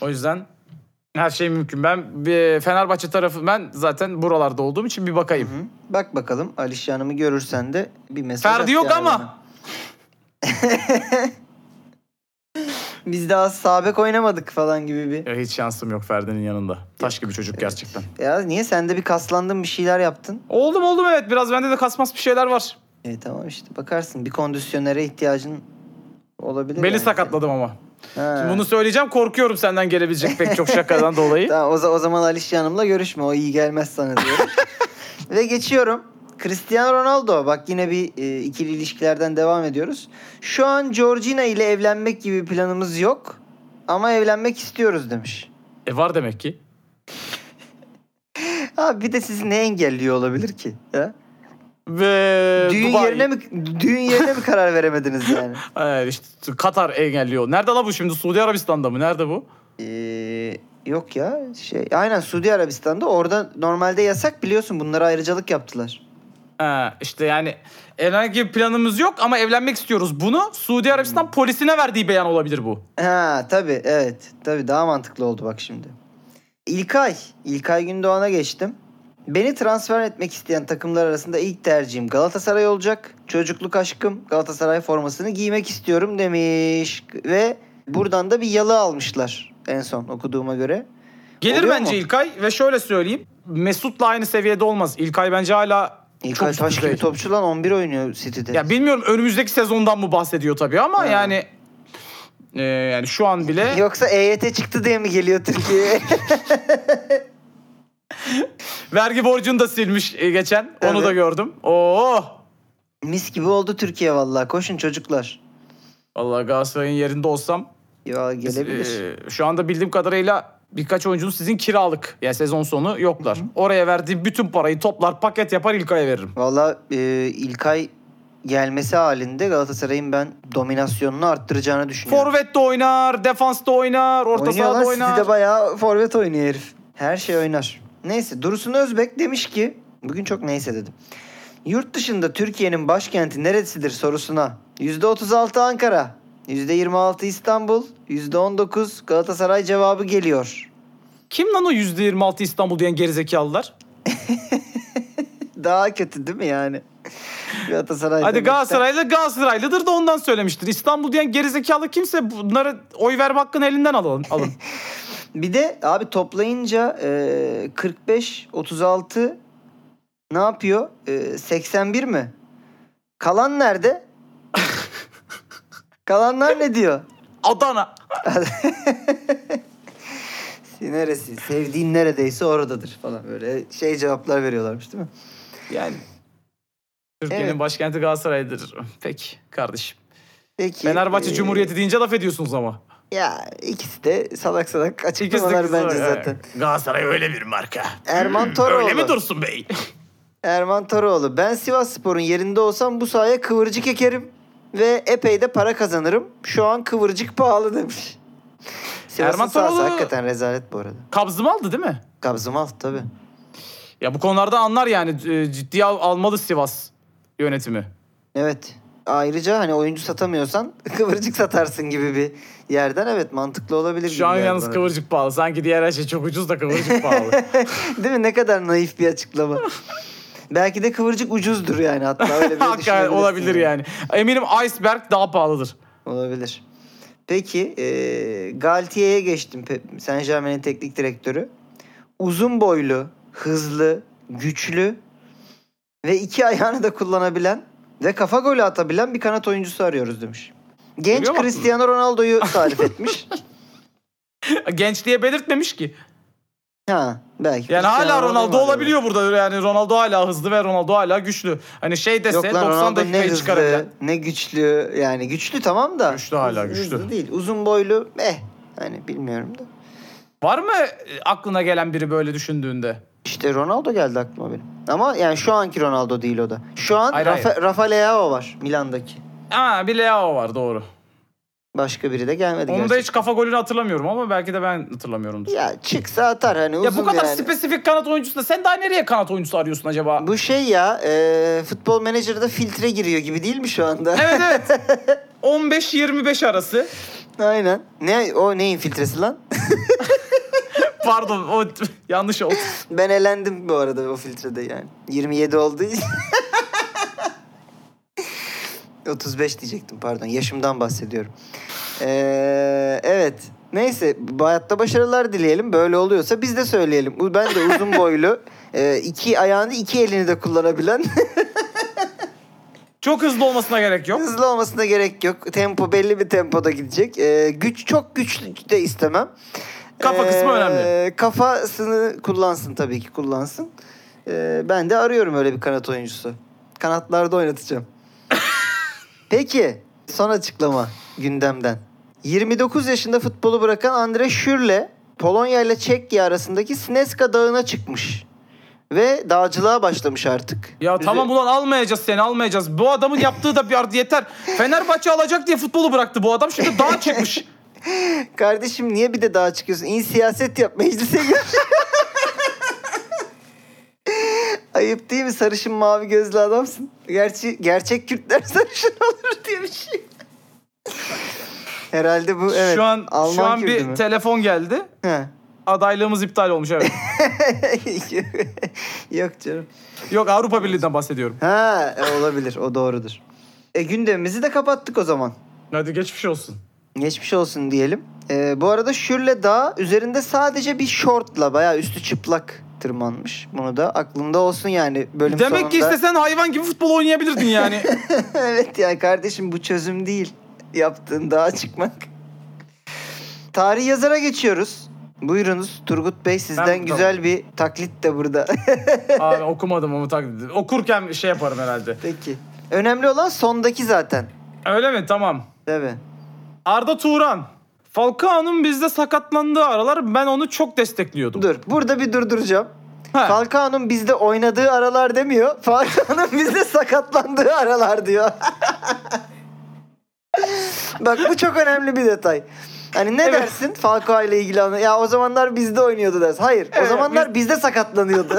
Speaker 3: O yüzden her şey mümkün. Ben bir Fenerbahçe tarafı ben zaten buralarda olduğum için bir bakayım.
Speaker 2: Hı? Bak bakalım Alişe Hanım'ı görürsen de bir mesaj at
Speaker 3: Ferdi yok
Speaker 2: yani
Speaker 3: ama
Speaker 2: ona. [laughs] Biz daha sabek oynamadık falan gibi bir.
Speaker 3: Ya hiç şansım yok Ferdi'nin yanında. Taş gibi çocuk gerçekten.
Speaker 2: Ya niye sen de bir kaslandın bir şeyler yaptın?
Speaker 3: Oldum oldum evet biraz bende de kasmas bir şeyler var.
Speaker 2: E tamam işte bakarsın bir kondisyonere ihtiyacın olabilir.
Speaker 3: Beli
Speaker 2: yani.
Speaker 3: sakatladım ama.
Speaker 2: Ha.
Speaker 3: Şimdi bunu söyleyeceğim korkuyorum senden gelebilecek pek çok şakadan
Speaker 2: [laughs]
Speaker 3: dolayı.
Speaker 2: Tamam o, za- o zaman Alişe Hanım'la görüşme. O iyi gelmez sana diyorum. Ve geçiyorum. Cristiano Ronaldo. Bak yine bir e, ikili ilişkilerden devam ediyoruz. Şu an Georgina ile evlenmek gibi planımız yok. Ama evlenmek istiyoruz demiş.
Speaker 3: E var demek ki.
Speaker 2: Abi bir de sizi ne engelliyor olabilir ki? Ya?
Speaker 3: ve
Speaker 2: Düğün
Speaker 3: Ee, Dubai.
Speaker 2: yerine mi düğün yerine mi karar veremediniz yani? [laughs]
Speaker 3: Ee, işte Katar engelliyor. Nerede la bu şimdi? Suudi Arabistan'da mı? Nerede bu?
Speaker 2: Ee, yok ya şey aynen Suudi Arabistan'da orada normalde yasak biliyorsun bunlara ayrıcalık yaptılar.
Speaker 3: Ee, işte yani herhangi bir planımız yok ama evlenmek istiyoruz. Bunu Suudi
Speaker 2: Hmm.
Speaker 3: Arabistan polisine verdiği beyan olabilir bu.
Speaker 2: Ha tabii evet. Tabii daha mantıklı oldu bak şimdi. İlkay. İlkay Gündoğan'a geçtim. Beni transfer etmek isteyen takımlar arasında ilk tercihim Galatasaray olacak. Çocukluk aşkım Galatasaray formasını giymek istiyorum demiş. Ve buradan da bir yalı almışlar en son okuduğuma göre.
Speaker 3: Gelir
Speaker 2: Oluyor
Speaker 3: bence
Speaker 2: mu?
Speaker 3: İlkay ve şöyle söyleyeyim. Mesut'la aynı seviyede olmaz. İlkay bence hala
Speaker 2: İlkay
Speaker 3: çok
Speaker 2: taş
Speaker 3: üst
Speaker 2: gibi
Speaker 3: düzey.
Speaker 2: topçu lan 11 oynuyor City'de.
Speaker 3: Ya bilmiyorum önümüzdeki sezondan mı bahsediyor tabii ama
Speaker 2: Ha.
Speaker 3: yani e, yani şu an bile
Speaker 2: Yoksa EYT çıktı diye mi geliyor Türkiye'ye? [laughs]
Speaker 3: vergi borcunu da silmiş e, geçen. Onu
Speaker 2: Tabii.
Speaker 3: da gördüm. Oh! Oo!
Speaker 2: Mis gibi oldu Türkiye vallahi. Koşun çocuklar.
Speaker 3: Vallahi Galatasaray'ın yerinde olsam
Speaker 2: Ya
Speaker 3: Biz,
Speaker 2: gelebilir.
Speaker 3: e, şu anda bildiğim kadarıyla birkaç oyuncunuz sizin kiralık. Yani sezon sonu yoklar. Oraya verdiğim bütün parayı toplar paket yapar İlkay'a veririm.
Speaker 2: Valla e, İlkay gelmesi halinde Galatasaray'ın ben dominasyonunu arttıracağını düşünüyorum.
Speaker 3: Forvet de oynar, defans da oynar, orta
Speaker 2: Oynuyor
Speaker 3: sahada
Speaker 2: lan,
Speaker 3: oynar.
Speaker 2: City'de bayağı forvet oynuyor herif. Her şey oynar. Neyse Dursun Özbek demiş ki bugün çok neyse dedim. Yurt dışında Türkiye'nin başkenti neresidir sorusuna %36 Ankara, %26 İstanbul, %19 Galatasaray cevabı geliyor.
Speaker 3: Kim lan o %26 İstanbul diyen gerizekalılar?
Speaker 2: Daha kötü değil mi yani? [laughs] Galatasaray
Speaker 3: Hadi
Speaker 2: demekten.
Speaker 3: Galatasaraylı Galatasaraylıdır da ondan söylemiştir. İstanbul diyen gerizekalı kimse bunlara oy verme hakkını elinden alalım. alın.
Speaker 2: [laughs] Bir de abi toplayınca e, 45 36 ne yapıyor? E, 81 mi? Kalan nerede? [laughs] Kalanlar ne diyor?
Speaker 3: Adana.
Speaker 2: Neresi? Sevdiğin neredeyse oradadır falan böyle şey cevaplar veriyorlarmış değil mi?
Speaker 3: Yani. Türkiye'nin
Speaker 2: Evet.
Speaker 3: başkenti Galatasaray'dır. Peki kardeşim.
Speaker 2: Peki.
Speaker 3: Fenerbahçe
Speaker 2: e,
Speaker 3: Cumhuriyeti deyince laf ediyorsunuz ama.
Speaker 2: Ya ikisi de salak salak
Speaker 3: İkisi de
Speaker 2: açıklamalar
Speaker 3: kızlar,
Speaker 2: bence
Speaker 3: evet.
Speaker 2: zaten.
Speaker 3: Galatasaray öyle bir marka.
Speaker 2: Erman Toroğlu.
Speaker 3: Öyle mi Dursun [laughs] Bey?
Speaker 2: Erman Toroğlu. Ben Sivas Spor'un yerinde olsam bu sahaya kıvırcık ekerim ve epey de para kazanırım. Şu an kıvırcık pahalı demiş. Sivas'ın
Speaker 3: Erman
Speaker 2: sahası
Speaker 3: Toroğlu-
Speaker 2: hakikaten rezalet bu arada.
Speaker 3: Kabzımı aldı değil mi?
Speaker 2: Kabzım alt tabii.
Speaker 3: Ya bu konularda anlar yani e, ciddiye al- almalı Sivas yönetimi.
Speaker 2: Evet. Ayrıca hani oyuncu satamıyorsan [laughs] kıvırcık satarsın gibi bir yerden evet mantıklı olabilir. gibi
Speaker 3: Şu an
Speaker 2: geldi
Speaker 3: yalnız
Speaker 2: bana.
Speaker 3: kıvırcık pahalı. Sanki diğer her şey çok ucuz da
Speaker 2: [laughs]
Speaker 3: kıvırcık pahalı.
Speaker 2: Değil mi? Ne kadar naif bir
Speaker 3: [laughs]
Speaker 2: açıklama. Belki de kıvırcık ucuzdur yani hatta öyle bir
Speaker 3: Hakikaten olabilir yani. Eminim Iceberg daha pahalıdır.
Speaker 2: Olabilir. Peki e, Galtier'e geçtim. Pe- Saint Germain'in teknik direktörü. Uzun boylu, hızlı, güçlü ve iki [laughs] ayağını da kullanabilen ve kafa golü atabilen bir kanat oyuncusu arıyoruz demiş. Genç
Speaker 3: Geliyor mu aklına?
Speaker 2: Cristiano Ronaldo'yu tarif
Speaker 3: [laughs]
Speaker 2: etmiş.
Speaker 3: Gençliğe belirtmemiş ki.
Speaker 2: Ha, belki.
Speaker 3: Yani
Speaker 2: Cristiano
Speaker 3: hala Ronaldo
Speaker 2: arıyor.
Speaker 3: olabiliyor burada. Yani Ronaldo hala hızlı ve Ronaldo hala güçlü. Hani şey dese
Speaker 2: Yok lan
Speaker 3: 90
Speaker 2: Ronaldo ne
Speaker 3: dakikayı
Speaker 2: hızlı,
Speaker 3: çıkarabilen.
Speaker 2: ne güçlü. Yani güçlü tamam da.
Speaker 3: Güçlü hala,
Speaker 2: Hızlı-
Speaker 3: güçlü.
Speaker 2: Hızlı değil. Uzun boylu. Eh. Hani bilmiyorum da.
Speaker 3: Var mı e, aklına gelen biri böyle düşündüğünde?
Speaker 2: İşte Ronaldo geldi aklıma benim. Ama yani şu anki Ronaldo değil o da. Şu an
Speaker 3: Hayır,
Speaker 2: Rafa,
Speaker 3: hayır.
Speaker 2: Rafa Leao var Milan'daki.
Speaker 3: Ha bir Leao var doğru.
Speaker 2: Başka biri de gelmedi
Speaker 3: Onu da
Speaker 2: gerçi.
Speaker 3: hiç kafa golünü hatırlamıyorum ama belki de ben hatırlamıyorumdur.
Speaker 2: Ya çıksa atar hani uzun
Speaker 3: Ya bu kadar
Speaker 2: yani.
Speaker 3: spesifik kanat oyuncusu da sen daha nereye kanat oyuncusu arıyorsun acaba?
Speaker 2: Bu şey ya e, futbol menajerde filtre giriyor gibi değil mi şu anda?
Speaker 3: Evet evet. 15-25 arası.
Speaker 2: [laughs] Aynen. Ne o neyin filtresi lan?
Speaker 3: Pardon o [laughs] yanlış oldu.
Speaker 2: ben elendim bu arada o filtrede yani. 27 olduğu [laughs] için. 35 diyecektim pardon. Yaşımdan bahsediyorum. Ee, evet. Neyse bu hayatta başarılar dileyelim. Böyle oluyorsa biz de söyleyelim. Bu- Ben de uzun boylu [laughs] e, iki ayağını iki elini de kullanabilen
Speaker 3: Çok hızlı olmasına gerek yok.
Speaker 2: hızlı olmasına gerek yok. Tempo belli bir tempoda gidecek. Ee, güç çok güçlü de istemem. Ee,
Speaker 3: Kafa kısmı önemli.
Speaker 2: Kafasını kullansın tabii ki kullansın. Ee, ben de arıyorum öyle bir kanat oyuncusu. Kanatlarda
Speaker 3: [laughs]
Speaker 2: oynatacağım. Peki son açıklama gündemden. 29 yaşında futbolu bırakan Andre Schürrle Polonya ile Çekya arasındaki Sneska Dağı'na çıkmış. ve dağcılığa başlamış artık.
Speaker 3: Ya
Speaker 2: Bizi-
Speaker 3: tamam ulan almayacağız seni almayacağız. Bu adamın yaptığı da bir artık yeter. Fenerbahçe alacak diye futbolu bıraktı bu adam. Şimdi dağa çıkmış.
Speaker 2: Kardeşim niye bir de dağa çıkıyorsun? İn siyaset yap meclise
Speaker 3: [laughs]
Speaker 2: gir. Ayıp değil mi? Sarışın mavi gözlü adamsın. Gerçi gerçek Kürtler [laughs] sarışın olur diye bir şey. Herhalde bu [laughs] evet.
Speaker 3: şu an
Speaker 2: Alman
Speaker 3: şu an
Speaker 2: Kürtü
Speaker 3: bir
Speaker 2: mü?
Speaker 3: telefon geldi.
Speaker 2: Ha. [laughs]
Speaker 3: Adaylığımız iptal olmuş evet.
Speaker 2: Yok canım.
Speaker 3: Yok Avrupa Birliği'den bahsediyorum.
Speaker 2: Ha e, olabilir o doğrudur. E gündemimizi de kapattık o zaman.
Speaker 3: Hadi geçmiş olsun.
Speaker 2: Geçmiş olsun diyelim. E, bu arada Şürle Dağı üzerinde sadece bir şortla bayağı üstü çıplak tırmanmış. Bunu da aklında olsun yani bölüm
Speaker 3: Demek
Speaker 2: sonunda.
Speaker 3: ki istesen hayvan gibi futbol oynayabilirdin yani.
Speaker 2: [laughs] evet yani kardeşim bu çözüm değil. Yaptığın dağa çıkmak. Tarih yazara geçiyoruz. Buyurunuz Turgut Bey sizden
Speaker 3: Ben-
Speaker 2: güzel bir taklit de burada. [laughs]
Speaker 3: Abi okumadım onu taklidi. Okurken şey yaparım herhalde.
Speaker 2: Peki. Önemli olan sondaki zaten.
Speaker 3: Öyle mi? Tamam.
Speaker 2: Tabii.
Speaker 3: Arda Turan. Falcao'nun bizde sakatlandığı aralar ben onu çok destekliyordum.
Speaker 2: Dur. Burada bir durduracağım.
Speaker 3: Ha.
Speaker 2: Falcao'nun bizde oynadığı aralar demiyor. Falcao'nun bizde sakatlandığı aralar diyor. [laughs] Bak bu çok önemli bir detay. Hani ne
Speaker 3: Evet.
Speaker 2: dersin Falcao ile ilgili anla- ya o zamanlar bizde oynuyordu dersin. Hayır o
Speaker 3: Evet,
Speaker 2: zamanlar bizde
Speaker 3: [laughs]
Speaker 2: sakatlanıyordu.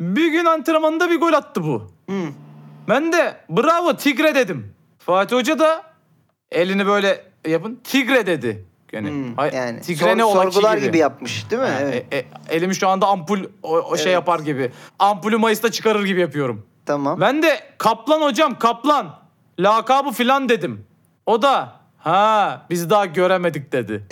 Speaker 3: Bir gün antrenmanda bir gol attı bu.
Speaker 2: Hmm.
Speaker 3: Ben de bravo Tigre dedim. Fatih Hoca da elini böyle yapın Tigre dedi. Yani, hay-
Speaker 2: Hmm, yani
Speaker 3: Tigre
Speaker 2: sor-
Speaker 3: ne ola ki
Speaker 2: sorgular gibi. yapmış değil mi?
Speaker 3: Ha,
Speaker 2: Evet.
Speaker 3: e- e- elimi şu anda ampul o, o şey
Speaker 2: Evet.
Speaker 3: yapar gibi. Ampulü Mayıs'ta çıkarır gibi yapıyorum.
Speaker 2: Tamam.
Speaker 3: Ben de Kaplan hocam Kaplan lakabı filan dedim. O da ha biz daha
Speaker 2: [laughs]
Speaker 3: göremedik dedi.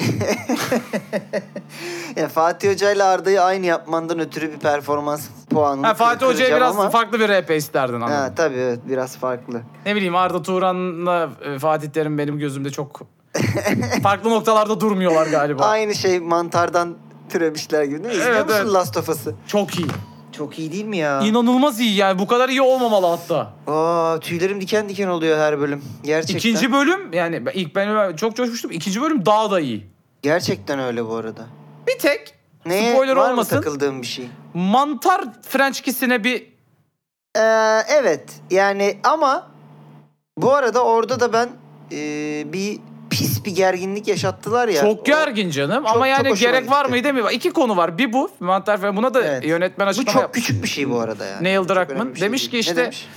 Speaker 2: Ya Fatih Hoca ile Arda'yı aynı yapmandan ötürü bir performans puanı.
Speaker 3: Ha, Fatih Hoca'ya
Speaker 2: kıracağım
Speaker 3: biraz
Speaker 2: ama-
Speaker 3: farklı bir RP isterdin anladın.
Speaker 2: Ha, tabii evet biraz farklı.
Speaker 3: Ne bileyim Arda Turan'la e, Fatih Terim benim
Speaker 2: [laughs]
Speaker 3: gözümde çok farklı noktalarda durmuyorlar galiba.
Speaker 2: Aynı şey mantardan türemişler gibi değil mi? İzliyor
Speaker 3: Evet,
Speaker 2: musun
Speaker 3: evet.
Speaker 2: Last of Us'ı?
Speaker 3: Çok iyi.
Speaker 2: Çok iyi değil mi ya?
Speaker 3: İnanılmaz iyi yani. Bu kadar iyi olmamalı hatta.
Speaker 2: Aa, tüylerim diken diken oluyor her bölüm. Gerçekten.
Speaker 3: İkinci bölüm yani ben- ilk ben ben çok coşmuştum. İkinci bölüm daha da iyi.
Speaker 2: Gerçekten öyle bu arada.
Speaker 3: Bir tek
Speaker 2: Neye
Speaker 3: spoiler
Speaker 2: var mı
Speaker 3: olmasın.
Speaker 2: takıldığım bir şey?
Speaker 3: Mantar Frenchkisine bir
Speaker 2: Ee, evet yani ama bu arada orada da ben ee, bir pis bir gerginlik yaşattılar ya.
Speaker 3: çok
Speaker 2: O-
Speaker 3: gergin canım
Speaker 2: çok
Speaker 3: ama yani
Speaker 2: hoşuma
Speaker 3: gerek var
Speaker 2: gitti.
Speaker 3: mıydı mi? İki konu var. Bir bu mantar falan. Buna da
Speaker 2: Evet.
Speaker 3: yönetmen
Speaker 2: Bu
Speaker 3: açıklama
Speaker 2: çok
Speaker 3: yapmış.
Speaker 2: küçük bir şey bu arada yani.
Speaker 3: Neil
Speaker 2: Çok
Speaker 3: Druckmann
Speaker 2: önemli bir şey
Speaker 3: demiş
Speaker 2: değil.
Speaker 3: ki
Speaker 2: Ne
Speaker 3: işte-
Speaker 2: demiş?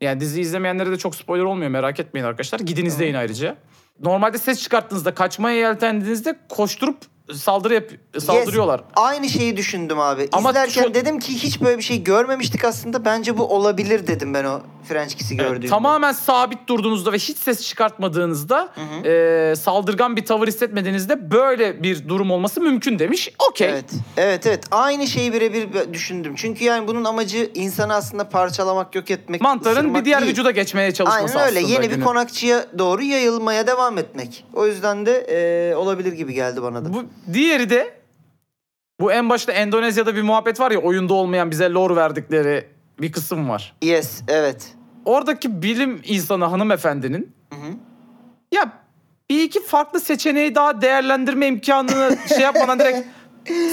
Speaker 3: Yani dizi izlemeyenlere de çok spoiler olmuyor merak etmeyin arkadaşlar. Gidin izleyin ayrıca. Normalde ses çıkarttığınızda kaçmaya yeltendiğinizde koşturup saldırı yap- saldırıyorlar.
Speaker 2: Yes. Aynı şeyi düşündüm abi.
Speaker 3: Ama
Speaker 2: İzlerken
Speaker 3: çok-
Speaker 2: dedim ki hiç böyle bir şey görmemiştik aslında. Bence bu olabilir dedim ben o French Kiss'i
Speaker 3: Evet,
Speaker 2: gördüğümde.
Speaker 3: tamamen sabit durduğunuzda ve hiç ses çıkartmadığınızda e, saldırgan bir tavır hissetmediğinizde böyle bir durum olması mümkün demiş. Okey.
Speaker 2: Evet. Evet evet. Aynı şeyi birebir düşündüm. Çünkü yani bunun amacı insanı aslında parçalamak, yok etmek,
Speaker 3: Mantarın
Speaker 2: ısırmak
Speaker 3: bir diğer
Speaker 2: değil.
Speaker 3: vücuda geçmeye çalışması
Speaker 2: Aynen öyle.
Speaker 3: aslında.
Speaker 2: Yeni bir
Speaker 3: günün.
Speaker 2: konakçıya doğru yayılmaya devam etmek. O yüzden de e, olabilir gibi geldi bana da.
Speaker 3: Bu diğeri de bu en başta Endonezya'da bir muhabbet var ya oyunda olmayan bize lore verdikleri bir kısım var.
Speaker 2: Yes, evet.
Speaker 3: oradaki bilim insanı hanımefendinin
Speaker 2: Hı hı.
Speaker 3: ya bir iki farklı seçeneği daha değerlendirme imkanını şey yapmadan direkt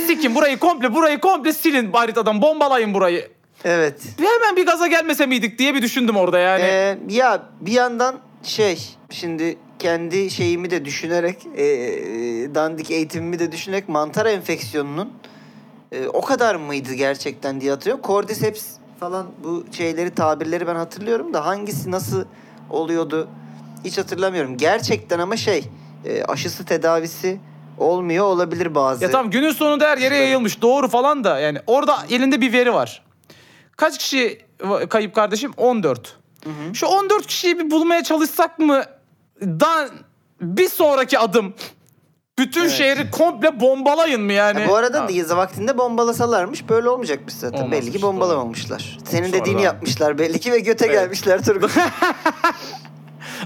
Speaker 3: sikin burayı komple burayı komple silin haritadan bombalayın burayı.
Speaker 2: Evet.
Speaker 3: Bir Hemen bir gaza gelmese miydik diye bir düşündüm orada yani.
Speaker 2: Ee, ya bir yandan şey şimdi kendi şeyimi de düşünerek e, e, dandik eğitimimi de düşünerek mantar enfeksiyonunun e, o kadar mıydı gerçekten diye hatırlıyorum. Cordyceps falan bu şeyleri tabirleri ben hatırlıyorum da hangisi nasıl oluyordu hiç hatırlamıyorum. Gerçekten ama şey e, aşısı tedavisi olmuyor olabilir bazı.
Speaker 3: ya tamam günün sonunda her yere yayılmış doğru falan da yani orada elinde bir veri var. Kaç kişi va- kayıp kardeşim? 14. Şu 14 kişiyi bir bulmaya çalışsak mı? Dan bir sonraki adım bütün şehri komple bombalayın mı yani?
Speaker 2: Ya E, bu arada
Speaker 3: Ha.
Speaker 2: yazı vaktinde bombalasalarmış böyle olmayacakmış zaten.
Speaker 3: Olmazmış,
Speaker 2: belli ki bombalamamışlar. Senin
Speaker 3: Sonra
Speaker 2: dediğini
Speaker 3: da-
Speaker 2: yapmışlar belli ki ve göte gelmişler Turgut.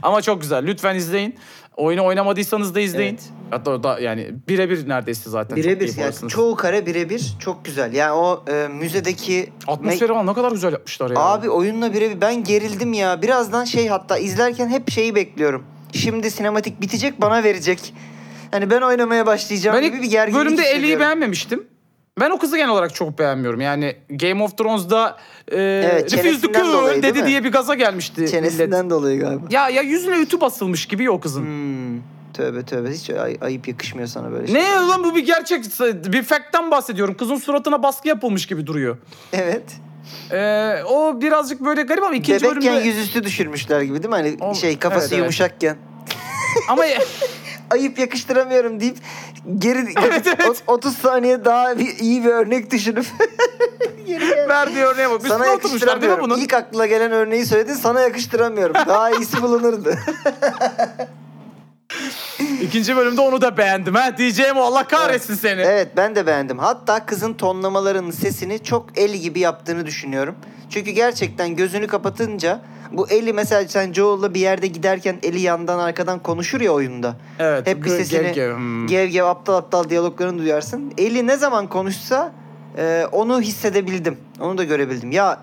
Speaker 3: Ama çok güzel. Lütfen izleyin. Oyunu oynamadıysanız da izleyin.
Speaker 2: Evet.
Speaker 3: Hatta da yani birebir neredeyse zaten. Çok
Speaker 2: birebir
Speaker 3: keyif
Speaker 2: yani
Speaker 3: alırsınız.
Speaker 2: çoğu kare birebir çok güzel. Yani o e, müzedeki
Speaker 3: Atmosferi falan ne kadar güzel yapmışlar ya.
Speaker 2: Abi oyunla birebir ben gerildim ya. Birazdan şey hatta izlerken hep şeyi bekliyorum. Şimdi sinematik bitecek bana verecek. Hani ben oynamaya başlayacağım
Speaker 3: Ben
Speaker 2: gibi bir
Speaker 3: ilk
Speaker 2: gerginlik
Speaker 3: bölümde Ellie'yi
Speaker 2: hissediyorum.
Speaker 3: beğenmemiştim. Ben o kızı genel olarak çok beğenmiyorum. Yani Game of Thrones'da e, Refuse to
Speaker 2: çenesinden dolayı
Speaker 3: Cool
Speaker 2: değil
Speaker 3: dedi
Speaker 2: mi?
Speaker 3: diye bir gaza gelmişti. millet.
Speaker 2: Çenesinden dolayı galiba.
Speaker 3: Ya ya yüzüne ütü basılmış gibi ya o kızın.
Speaker 2: Hmm, tövbe tövbe hiç ay- ayıp yakışmıyor sana böyle şey. [laughs]
Speaker 3: Ne lan bu bir gerçek bir fact'ten bahsediyorum. Kızın suratına baskı yapılmış gibi duruyor.
Speaker 2: Evet.
Speaker 3: Ee, o birazcık böyle garip ama ikinci
Speaker 2: Bebekken
Speaker 3: bölümde
Speaker 2: yüzüstü düşürmüşler gibi değil mi? Hani
Speaker 3: Ol-
Speaker 2: şey kafası
Speaker 3: Evet, evet.
Speaker 2: yumuşakken.
Speaker 3: ama [laughs]
Speaker 2: Ayıp yakıştıramıyorum deyip geri
Speaker 3: [laughs]
Speaker 2: ot- 30 saniye daha bir, iyi bir örnek düşünüp geri gel.
Speaker 3: verdiği örneğe bak.
Speaker 2: Sana
Speaker 3: Üstüne oturmuşlar değil mi
Speaker 2: yakıştıramıyorum.
Speaker 3: bunun?
Speaker 2: İlk aklına gelen örneği söyledin sana yakıştıramıyorum. Daha iyisi bulunurdu.
Speaker 3: İkinci bölümde onu da beğendim ha. Diyeceğim o Allah kahretsin seni.
Speaker 2: Evet ben de beğendim. Hatta kızın tonlamalarının sesini çok el gibi yaptığını düşünüyorum. Çünkü gerçekten gözünü kapatınca bu eli mesela sen Joel'la bir yerde giderken eli yandan arkadan konuşur ya oyunda.
Speaker 3: Evet,
Speaker 2: Hep bir
Speaker 3: gö-
Speaker 2: sesini
Speaker 3: gev
Speaker 2: gev
Speaker 3: gev,
Speaker 2: gev,
Speaker 3: hmm.
Speaker 2: aptal aptal diyaloglarını duyarsın. Eli ne zaman konuşsa e, onu hissedebildim. Onu da görebildim. Ya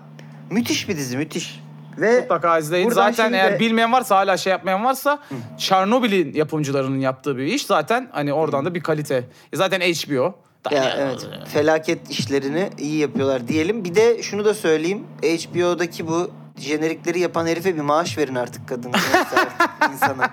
Speaker 2: müthiş bir dizi müthiş. Ve
Speaker 3: Mutlaka izleyin.
Speaker 2: buradan
Speaker 3: zaten
Speaker 2: şimdi-
Speaker 3: eğer bilmeyen varsa hala şey yapmayan varsa Çernobil'in yapımcılarının yaptığı bir iş zaten hani oradan da bir kalite. E Zaten HBO. Da-
Speaker 2: Ya evet felaket işlerini iyi yapıyorlar diyelim. Bir de şunu da söyleyeyim. HBO'daki bu jenerikleri yapan herife bir maaş verin artık
Speaker 3: [laughs]
Speaker 2: kadın. Neyse artık insana.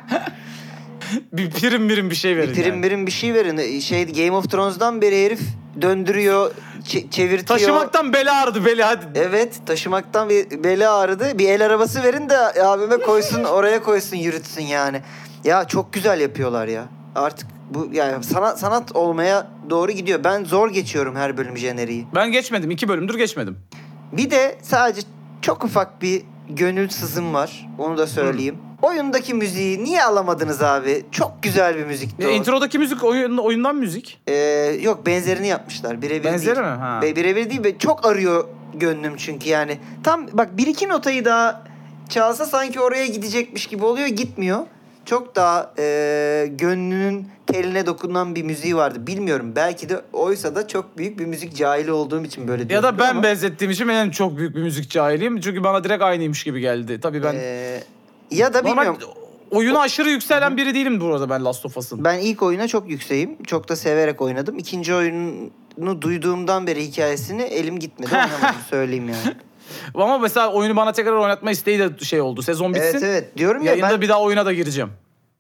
Speaker 3: Bir prim birim bir şey verin.
Speaker 2: Bir prim
Speaker 3: yani.
Speaker 2: birim bir şey verin. Şey Game of Thrones'dan beri herif döndürüyor, çe- çevirtiyor.
Speaker 3: Taşımaktan bela ağrıdı beli hadi.
Speaker 2: Evet taşımaktan bir beli ağrıdı. Bir el arabası verin de abime
Speaker 3: [laughs]
Speaker 2: koysun oraya koysun yürütsün yani. Ya çok güzel yapıyorlar ya. Artık bu yani sanat, sanat olmaya doğru gidiyor. Ben zor geçiyorum her bölüm jeneriği.
Speaker 3: Ben geçmedim. iki bölümdür geçmedim.
Speaker 2: Bir de sadece çok ufak bir gönül sızım var. Onu da söyleyeyim. Oyundaki müziği niye alamadınız abi? Çok güzel bir müzikti
Speaker 3: E,
Speaker 2: o.
Speaker 3: introdaki müzik oyun, oyundan müzik.
Speaker 2: Ee, yok benzerini yapmışlar. Birebir
Speaker 3: Benzeri
Speaker 2: değil.
Speaker 3: mi? Ha.
Speaker 2: Be- Birebir değil ve çok arıyor gönlüm çünkü yani. Tam bak bir iki notayı daha çalsa sanki oraya gidecekmiş gibi oluyor. Gitmiyor. Çok daha e, gönlünün teline dokunan bir müziği vardı. Bilmiyorum belki de oysa da çok büyük bir müzik cahili olduğum için böyle
Speaker 3: Ya da
Speaker 2: diyorum
Speaker 3: ben
Speaker 2: ama-
Speaker 3: benzettiğim için ben çok büyük bir müzik cahiliyim. Çünkü bana direkt aynıymış gibi geldi. Tabii ben
Speaker 2: Ee, ya da
Speaker 3: normal
Speaker 2: bilmiyorum.
Speaker 3: oyunu aşırı yükselen biri değilim burada ben Last of Us'ın.
Speaker 2: Ben ilk oyuna çok yükseğim. Çok da severek oynadım. İkinci oyunu duyduğumdan beri hikayesini elim gitmedi.
Speaker 3: [laughs]
Speaker 2: Oynamadım söyleyeyim yani.
Speaker 3: Ama mesela oyunu bana tekrar oynatma isteği de şey oldu. Sezon bitsin.
Speaker 2: evet evet. Diyorum ya
Speaker 3: Yayında
Speaker 2: ben
Speaker 3: bir daha oyuna da gireceğim.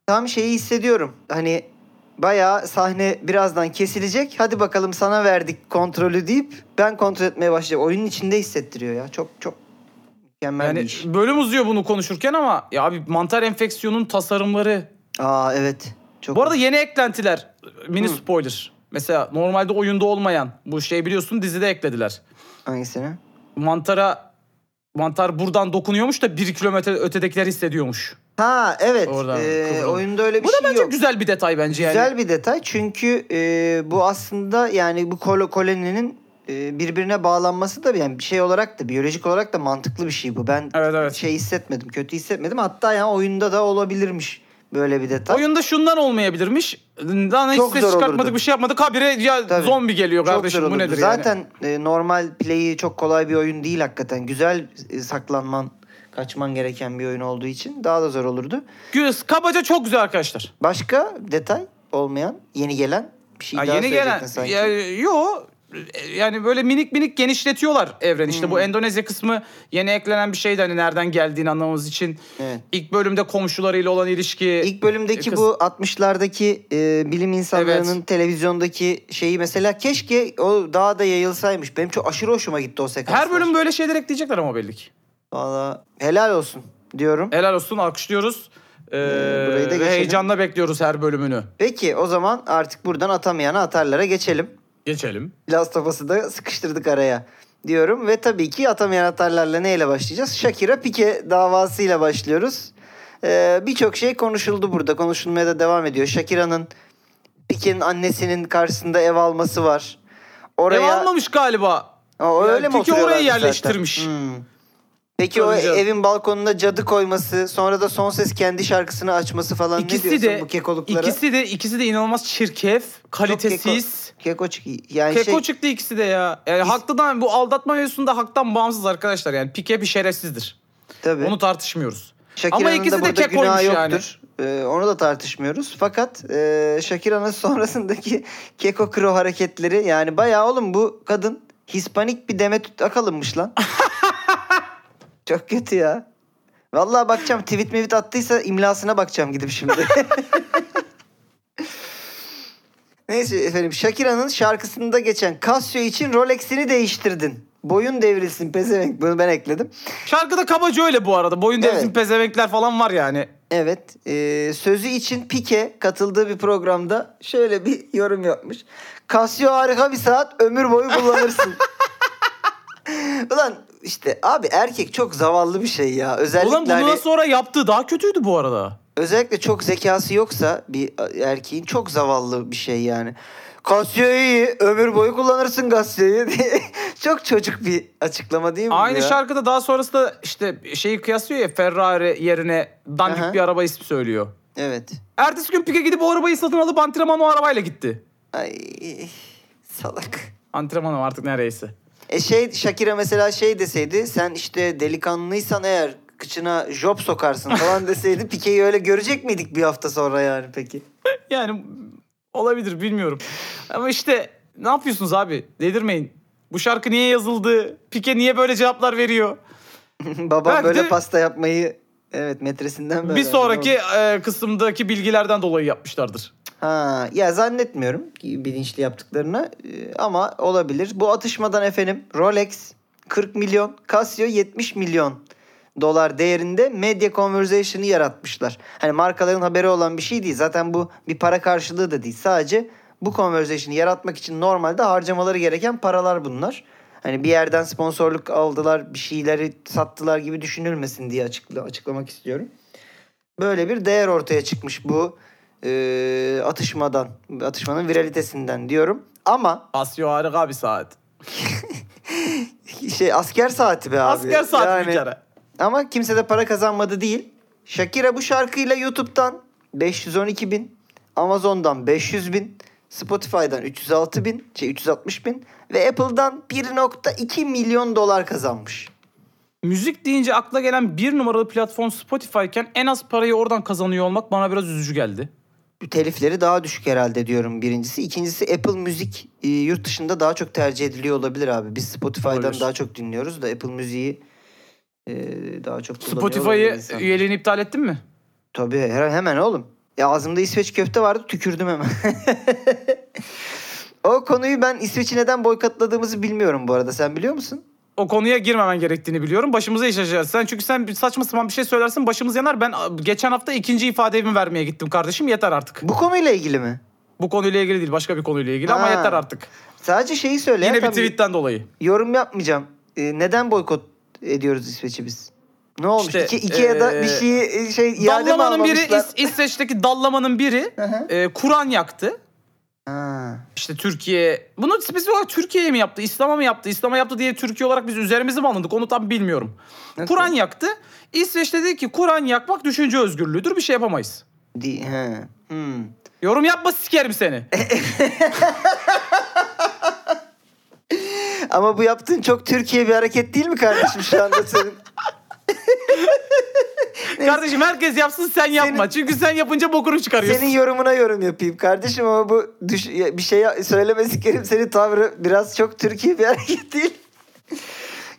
Speaker 2: tam şeyi hissediyorum. Hani bayağı sahne birazdan kesilecek. Hadi bakalım sana verdik kontrolü deyip ben kontrol etmeye başlayacağım. Oyunun içinde hissettiriyor ya. Çok çok mükemmel bir
Speaker 3: Yani
Speaker 2: iş.
Speaker 3: bölüm uzuyor bunu konuşurken ama ya abi mantar enfeksiyonun tasarımları.
Speaker 2: Aa evet. Çok
Speaker 3: Bu arada yeni eklentiler. Mini spoiler. Mesela normalde oyunda olmayan bu şey biliyorsun dizide eklediler.
Speaker 2: hangisini?
Speaker 3: Mantara mantar buradan dokunuyormuş da bir kilometre ötedekiler hissediyormuş.
Speaker 2: Ha evet.
Speaker 3: Oradan
Speaker 2: Ee,
Speaker 3: kıvrıldı.
Speaker 2: oyunda öyle bir
Speaker 3: Bu da
Speaker 2: şey
Speaker 3: bence
Speaker 2: yok.
Speaker 3: güzel bir detay bence yani.
Speaker 2: Güzel bir detay çünkü e, bu aslında yani bu kol- koloninin e, birbirine bağlanması da bir- yani bir şey olarak da biyolojik olarak da mantıklı bir şey bu. Ben
Speaker 3: Evet, evet.
Speaker 2: şey hissetmedim, kötü hissetmedim. Hatta yani oyunda da olabilirmiş böyle bir detay.
Speaker 3: Oyunda şundan olmayabilirmiş. Lan hiç
Speaker 2: Çok
Speaker 3: ses
Speaker 2: zor
Speaker 3: çıkartmadık
Speaker 2: olurdu.
Speaker 3: bir şey yapmadık. Habire ya
Speaker 2: Tabii.
Speaker 3: zombi geliyor
Speaker 2: Çok
Speaker 3: kardeşim
Speaker 2: zor
Speaker 3: bu
Speaker 2: olurdu.
Speaker 3: nedir yani?
Speaker 2: Zaten e, normal play'i çok kolay bir oyun değil hakikaten. Güzel e, saklanman, kaçman gereken bir oyun olduğu için daha da zor olurdu.
Speaker 3: Güz- Kabaca çok güzel arkadaşlar.
Speaker 2: Başka detay olmayan, yeni gelen bir şey
Speaker 3: Ya
Speaker 2: daha
Speaker 3: yeni gelen
Speaker 2: söyleyecektin sanki.
Speaker 3: ya, yo yani böyle minik minik genişletiyorlar evreni. İşte
Speaker 2: Hmm.
Speaker 3: bu Endonezya kısmı yeni eklenen bir şeydi hani nereden geldiğini anlamamız için.
Speaker 2: Evet.
Speaker 3: İlk bölümde komşularıyla olan ilişki.
Speaker 2: İlk bölümdeki
Speaker 3: Kız-
Speaker 2: bu 60'lardaki e, bilim insanlarının televizyondaki şeyi mesela keşke o daha da yayılsaymış. Benim çok aşırı hoşuma gitti o sekans.
Speaker 3: Her bölüm böyle şeyler ekleyecekler ama belli ki.
Speaker 2: Valla helal olsun diyorum.
Speaker 3: Helal olsun alkışlıyoruz. Ee,
Speaker 2: burayı da
Speaker 3: ve
Speaker 2: geçelim.
Speaker 3: heyecanla bekliyoruz her bölümünü.
Speaker 2: Peki o zaman artık buradan atamayana atarlara geçelim.
Speaker 3: Geçelim.
Speaker 2: Last of Us'ı da sıkıştırdık araya diyorum. Ve tabii ki atamayan atarlarla neyle başlayacağız? Shakira Pique davasıyla başlıyoruz. Ee, Birçok şey konuşuldu burada. Konuşulmaya da devam ediyor. Shakira'nın Pique'nin annesinin karşısında ev alması var. Oraya...
Speaker 3: Ev almamış galiba.
Speaker 2: Aa, o
Speaker 3: Ya
Speaker 2: öyle mi
Speaker 3: Peki oraya
Speaker 2: oturuyorlardı zaten?
Speaker 3: yerleştirmiş.
Speaker 2: Hmm. Peki
Speaker 3: Tabii
Speaker 2: o
Speaker 3: canım.
Speaker 2: evin balkonuna cadı koyması, sonra da son ses kendi şarkısını açması falan ne
Speaker 3: İkisi
Speaker 2: diyorsun
Speaker 3: de
Speaker 2: bu kekoluklara?
Speaker 3: ikisi de ikisi de inanılmaz çirkef,
Speaker 2: Çok
Speaker 3: kalitesiz.
Speaker 2: Keko, keko çık- yani
Speaker 3: Keko
Speaker 2: şey,
Speaker 3: çıktı ikisi de ya. Yani haklıdan bu aldatma mevzusunda haktan bağımsız arkadaşlar yani. Pike bir şerefsizdir.
Speaker 2: şey, tabii.
Speaker 3: Onu tartışmıyoruz.
Speaker 2: Shakira'nın
Speaker 3: Ama ikisi
Speaker 2: da
Speaker 3: de
Speaker 2: burada
Speaker 3: kekoymuş
Speaker 2: günahı
Speaker 3: yani.
Speaker 2: yoktur. Ee, onu da tartışmıyoruz. Fakat e, Shakira'nın [laughs] sonrasındaki Keko Kro hareketleri yani bayağı oğlum bu kadın Hispanik bir Demet Akalın'mış
Speaker 3: [laughs]
Speaker 2: lan. Çok kötü ya. Vallahi bakacağım tweet mevit attıysa imlasına bakacağım gidip şimdi. [laughs] Neyse efendim Shakira'nın şarkısında geçen Casio için Rolex'ini değiştirdin. Boyun devrilsin pezevenk bunu ben ekledim.
Speaker 3: Şarkıda kabaca öyle bu arada. Boyun
Speaker 2: Evet.
Speaker 3: devletin pezevenkler falan var yani.
Speaker 2: Evet. e, sözü için Pike katıldığı bir programda şöyle bir yorum yapmış. Casio harika bir saat ömür boyu
Speaker 3: [laughs]
Speaker 2: kullanırsın. Ulan işte abi erkek çok zavallı bir şey ya. Özellikle
Speaker 3: Ulan bunu
Speaker 2: hani-
Speaker 3: nasıl sonra yaptı? Daha kötüydü bu arada.
Speaker 2: özellikle çok zekası yoksa bir e, erkeğin çok zavallı bir şey yani. Casio iyi ömür boyu kullanırsın Casio'yu diye. [laughs] çok çocuk bir açıklama değil mi? bu
Speaker 3: Aynı
Speaker 2: ya?
Speaker 3: şarkıda daha sonrasında işte şeyi kıyaslıyor ya Ferrari yerine dandik
Speaker 2: Aha.
Speaker 3: bir araba ismi söylüyor.
Speaker 2: Evet.
Speaker 3: Ertesi gün Pike gidip o arabayı satın alıp antrenman o arabayla gitti.
Speaker 2: Ay salak.
Speaker 3: Antrenman o artık nereyse.
Speaker 2: E şey Shakira mesela şey deseydi sen işte delikanlıysan eğer kıçına job sokarsın
Speaker 3: [laughs]
Speaker 2: falan deseydi Pike'yi öyle görecek miydik bir hafta sonra yani peki? [laughs]
Speaker 3: Yani olabilir bilmiyorum. Ama işte ne yapıyorsunuz abi? Delirmeyin. Bu şarkı niye yazıldı? Pike niye böyle cevaplar veriyor?
Speaker 2: Babam
Speaker 3: Belki
Speaker 2: böyle
Speaker 3: de-
Speaker 2: pasta yapmayı evet metresinden böyle.
Speaker 3: Bir sonraki e, kısımdaki bilgilerden dolayı yapmışlardır.
Speaker 2: Ha, ya zannetmiyorum ki bilinçli yaptıklarını e, ama olabilir. Bu atışmadan efendim Rolex 40 milyon, Casio 70 milyon dolar değerinde medya conversation'ı yaratmışlar. Hani markaların haberi olan bir şey değil. Zaten bu bir para karşılığı da değil. Sadece bu conversation'ı yaratmak için normalde harcamaları gereken paralar bunlar. Hani bir yerden sponsorluk aldılar, bir şeyleri sattılar gibi düşünülmesin diye açıkla, açıklamak istiyorum böyle bir değer ortaya çıkmış bu e, atışmadan, atışmanın viralitesinden diyorum. Ama [laughs]
Speaker 3: Asyo harika bir saat.
Speaker 2: şey asker saati be abi.
Speaker 3: Asker saati bir
Speaker 2: Yani-
Speaker 3: kere.
Speaker 2: Ama kimse de para kazanmadı değil. Shakira bu şarkıyla YouTube'dan 512 bin, Amazon'dan 500 bin, Spotify'dan 306 bin, şey 360 bin ve Apple'dan 1.2 milyon dolar kazanmış.
Speaker 3: Müzik deyince akla gelen bir numaralı platform Spotify iken en az parayı oradan kazanıyor olmak bana biraz üzücü geldi.
Speaker 2: telifleri daha düşük herhalde diyorum birincisi. İkincisi Apple Müzik e, yurt dışında daha çok tercih ediliyor olabilir abi. Biz Spotify'dan
Speaker 3: Olabilir.
Speaker 2: daha çok dinliyoruz da Apple Müziği e, daha çok kullanıyor olabilir
Speaker 3: Spotify'ı
Speaker 2: insanlar.
Speaker 3: üyeliğini iptal ettin mi?
Speaker 2: Tabii her- hemen oğlum. Ya ağzımda İsveç köfte vardı tükürdüm hemen. [laughs] o konuyu ben İsveç'i neden boykotladığımızı bilmiyorum bu arada. Sen biliyor musun?
Speaker 3: O konuya girmemen gerektiğini biliyorum. Başımıza iş açacağız. Sen çünkü sen bir saçma sapan bir şey söylersin başımız yanar. Ben a, geçen hafta ikinci ifademi vermeye gittim kardeşim. Yeter artık.
Speaker 2: Bu konuyla ilgili mi?
Speaker 3: Bu konuyla ilgili değil, başka bir konuyla ilgili ama
Speaker 2: Ha.
Speaker 3: yeter artık.
Speaker 2: Sadece şeyi söyle. ya,
Speaker 3: Yine bir
Speaker 2: tabii
Speaker 3: tweetten dolayı.
Speaker 2: Yorum yapmayacağım. E, neden boykot ediyoruz İsveç'i biz? Ne olmuş?
Speaker 3: İşte,
Speaker 2: iki, iki ya da bir
Speaker 3: e,
Speaker 2: şeyi e, şey iade mi
Speaker 3: Dallamanın biri
Speaker 2: almamışlar?
Speaker 3: İs- İsveç'teki dallamanın biri
Speaker 2: hı.
Speaker 3: e, Kur'an yaktı.
Speaker 2: Ha.
Speaker 3: İşte Türkiye bunu spesifik olarak Türkiye'ye mi yaptı? İslam'a mı yaptı? İslam'a yaptı diye Türkiye olarak biz üzerimizi mi alındık? Onu tam bilmiyorum.
Speaker 2: Nasıl?
Speaker 3: Kur'an yaktı. İsveç dedi ki Kur'an yakmak düşünce özgürlüğüdür. Bir şey yapamayız.
Speaker 2: Di, he. Hmm.
Speaker 3: Yorum yapma sikerim seni.
Speaker 2: Ama bu yaptığın çok Türkiye bir hareket değil mi kardeşim şu anda
Speaker 3: [laughs]
Speaker 2: senin?
Speaker 3: Kardeşim herkes yapsın sen yapma. Çünkü sen yapınca bokunu çıkarıyorsun.
Speaker 2: senin yorumuna yorum yapayım kardeşim ama bu düş- ya, bir şey söylemesikerim senin tavrı biraz çok Türkiye bir hareket değil.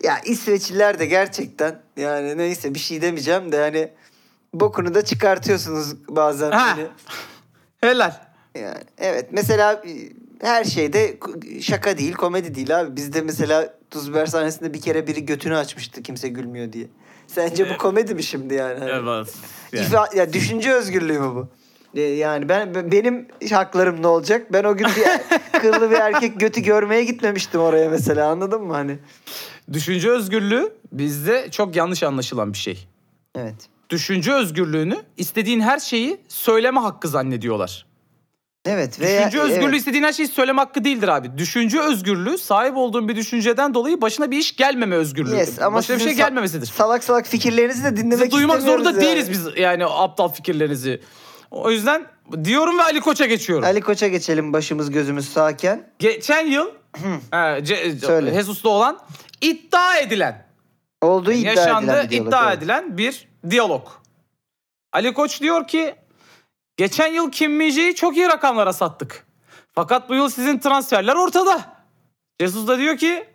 Speaker 2: ya İsveçliler de gerçekten yani neyse bir şey demeyeceğim de hani bokunu da çıkartıyorsunuz bazen.
Speaker 3: Ha.
Speaker 2: Hani.
Speaker 3: Helal.
Speaker 2: Yani evet mesela e, her şeyde k- şaka değil komedi değil abi. Bizde mesela Tuz Biber sahnesinde bir kere biri götünü açmıştı kimse gülmüyor diye. Sence bu komedi mi şimdi yani? Hani
Speaker 3: Evet.
Speaker 2: ifa- ya düşünce özgürlüğü mü bu? E, Yani ben be- benim haklarım ne olacak? Ben o gün
Speaker 3: [laughs]
Speaker 2: bir er- kıllı bir erkek götü görmeye gitmemiştim oraya mesela anladın mı hani?
Speaker 3: Düşünce özgürlüğü bizde çok yanlış anlaşılan bir şey.
Speaker 2: Evet.
Speaker 3: Düşünce özgürlüğünü istediğin her şeyi söyleme hakkı zannediyorlar.
Speaker 2: Evet veya
Speaker 3: Düşünce özgürlüğü
Speaker 2: evet.
Speaker 3: istediğin her şeyi söyleme hakkı değildir abi. Düşünce özgürlüğü sahip olduğun bir düşünceden dolayı başına bir iş gelmeme özgürlüğü.
Speaker 2: Yes, ama
Speaker 3: başına bir
Speaker 2: sizin
Speaker 3: şey
Speaker 2: sa-
Speaker 3: gelmemesidir.
Speaker 2: Salak salak fikirlerinizi de dinlemek
Speaker 3: Sizi duymak
Speaker 2: istemiyoruz
Speaker 3: zorunda
Speaker 2: yani.
Speaker 3: değiliz biz yani o aptal fikirlerinizi. O yüzden diyorum ve Ali Koç'a geçiyorum.
Speaker 2: Ali Koç'a geçelim başımız gözümüz sağken.
Speaker 3: Geçen
Speaker 2: [clears throat]
Speaker 3: yıl he, ce, e,
Speaker 2: Söyle.
Speaker 3: Jesus'ta olan iddia edilen,
Speaker 2: Olduğu iddia
Speaker 3: yaşandı
Speaker 2: edilen bir diyalog,
Speaker 3: iddia
Speaker 2: evet.
Speaker 3: edilen bir diyalog. Ali Koç diyor ki Geçen yıl Kim Min-jae'yi çok iyi rakamlara sattık. Fakat bu yıl sizin transferler ortada. Jesus da diyor ki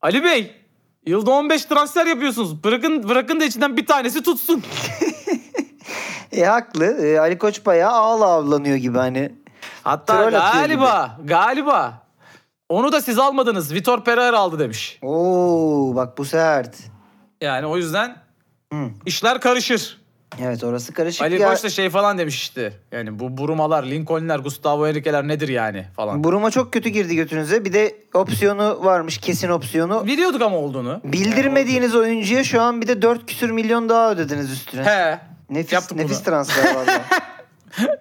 Speaker 3: Ali Bey yılda 15 transfer yapıyorsunuz. Bırakın bırakın da içinden bir tanesi tutsun.
Speaker 2: E haklı. E, Ali Koç bayağı ağla avlanıyor gibi hani.
Speaker 3: Hatta
Speaker 2: Troll atıyor
Speaker 3: galiba galiba onu da siz almadınız. Vitor Pereira aldı demiş.
Speaker 2: Oo bak bu sert.
Speaker 3: Yani o yüzden
Speaker 2: Hı.
Speaker 3: işler karışır.
Speaker 2: Evet orası karışık
Speaker 3: Ali
Speaker 2: ya.
Speaker 3: Koç da şey falan demiş işte. Yani bu Burumalar, Lincoln'ler, Gustavo Henrique'ler nedir yani falan.
Speaker 2: Buruma çok kötü girdi götünüze. Bir de opsiyonu varmış kesin opsiyonu.
Speaker 3: Biliyorduk ama olduğunu.
Speaker 2: Bildirmediğiniz oyuncuya şu an bir de 4 küsür milyon daha ödediniz üstüne.
Speaker 3: He.
Speaker 2: Nefis
Speaker 3: Yaptık
Speaker 2: nefis transfer
Speaker 3: [laughs]
Speaker 2: valla.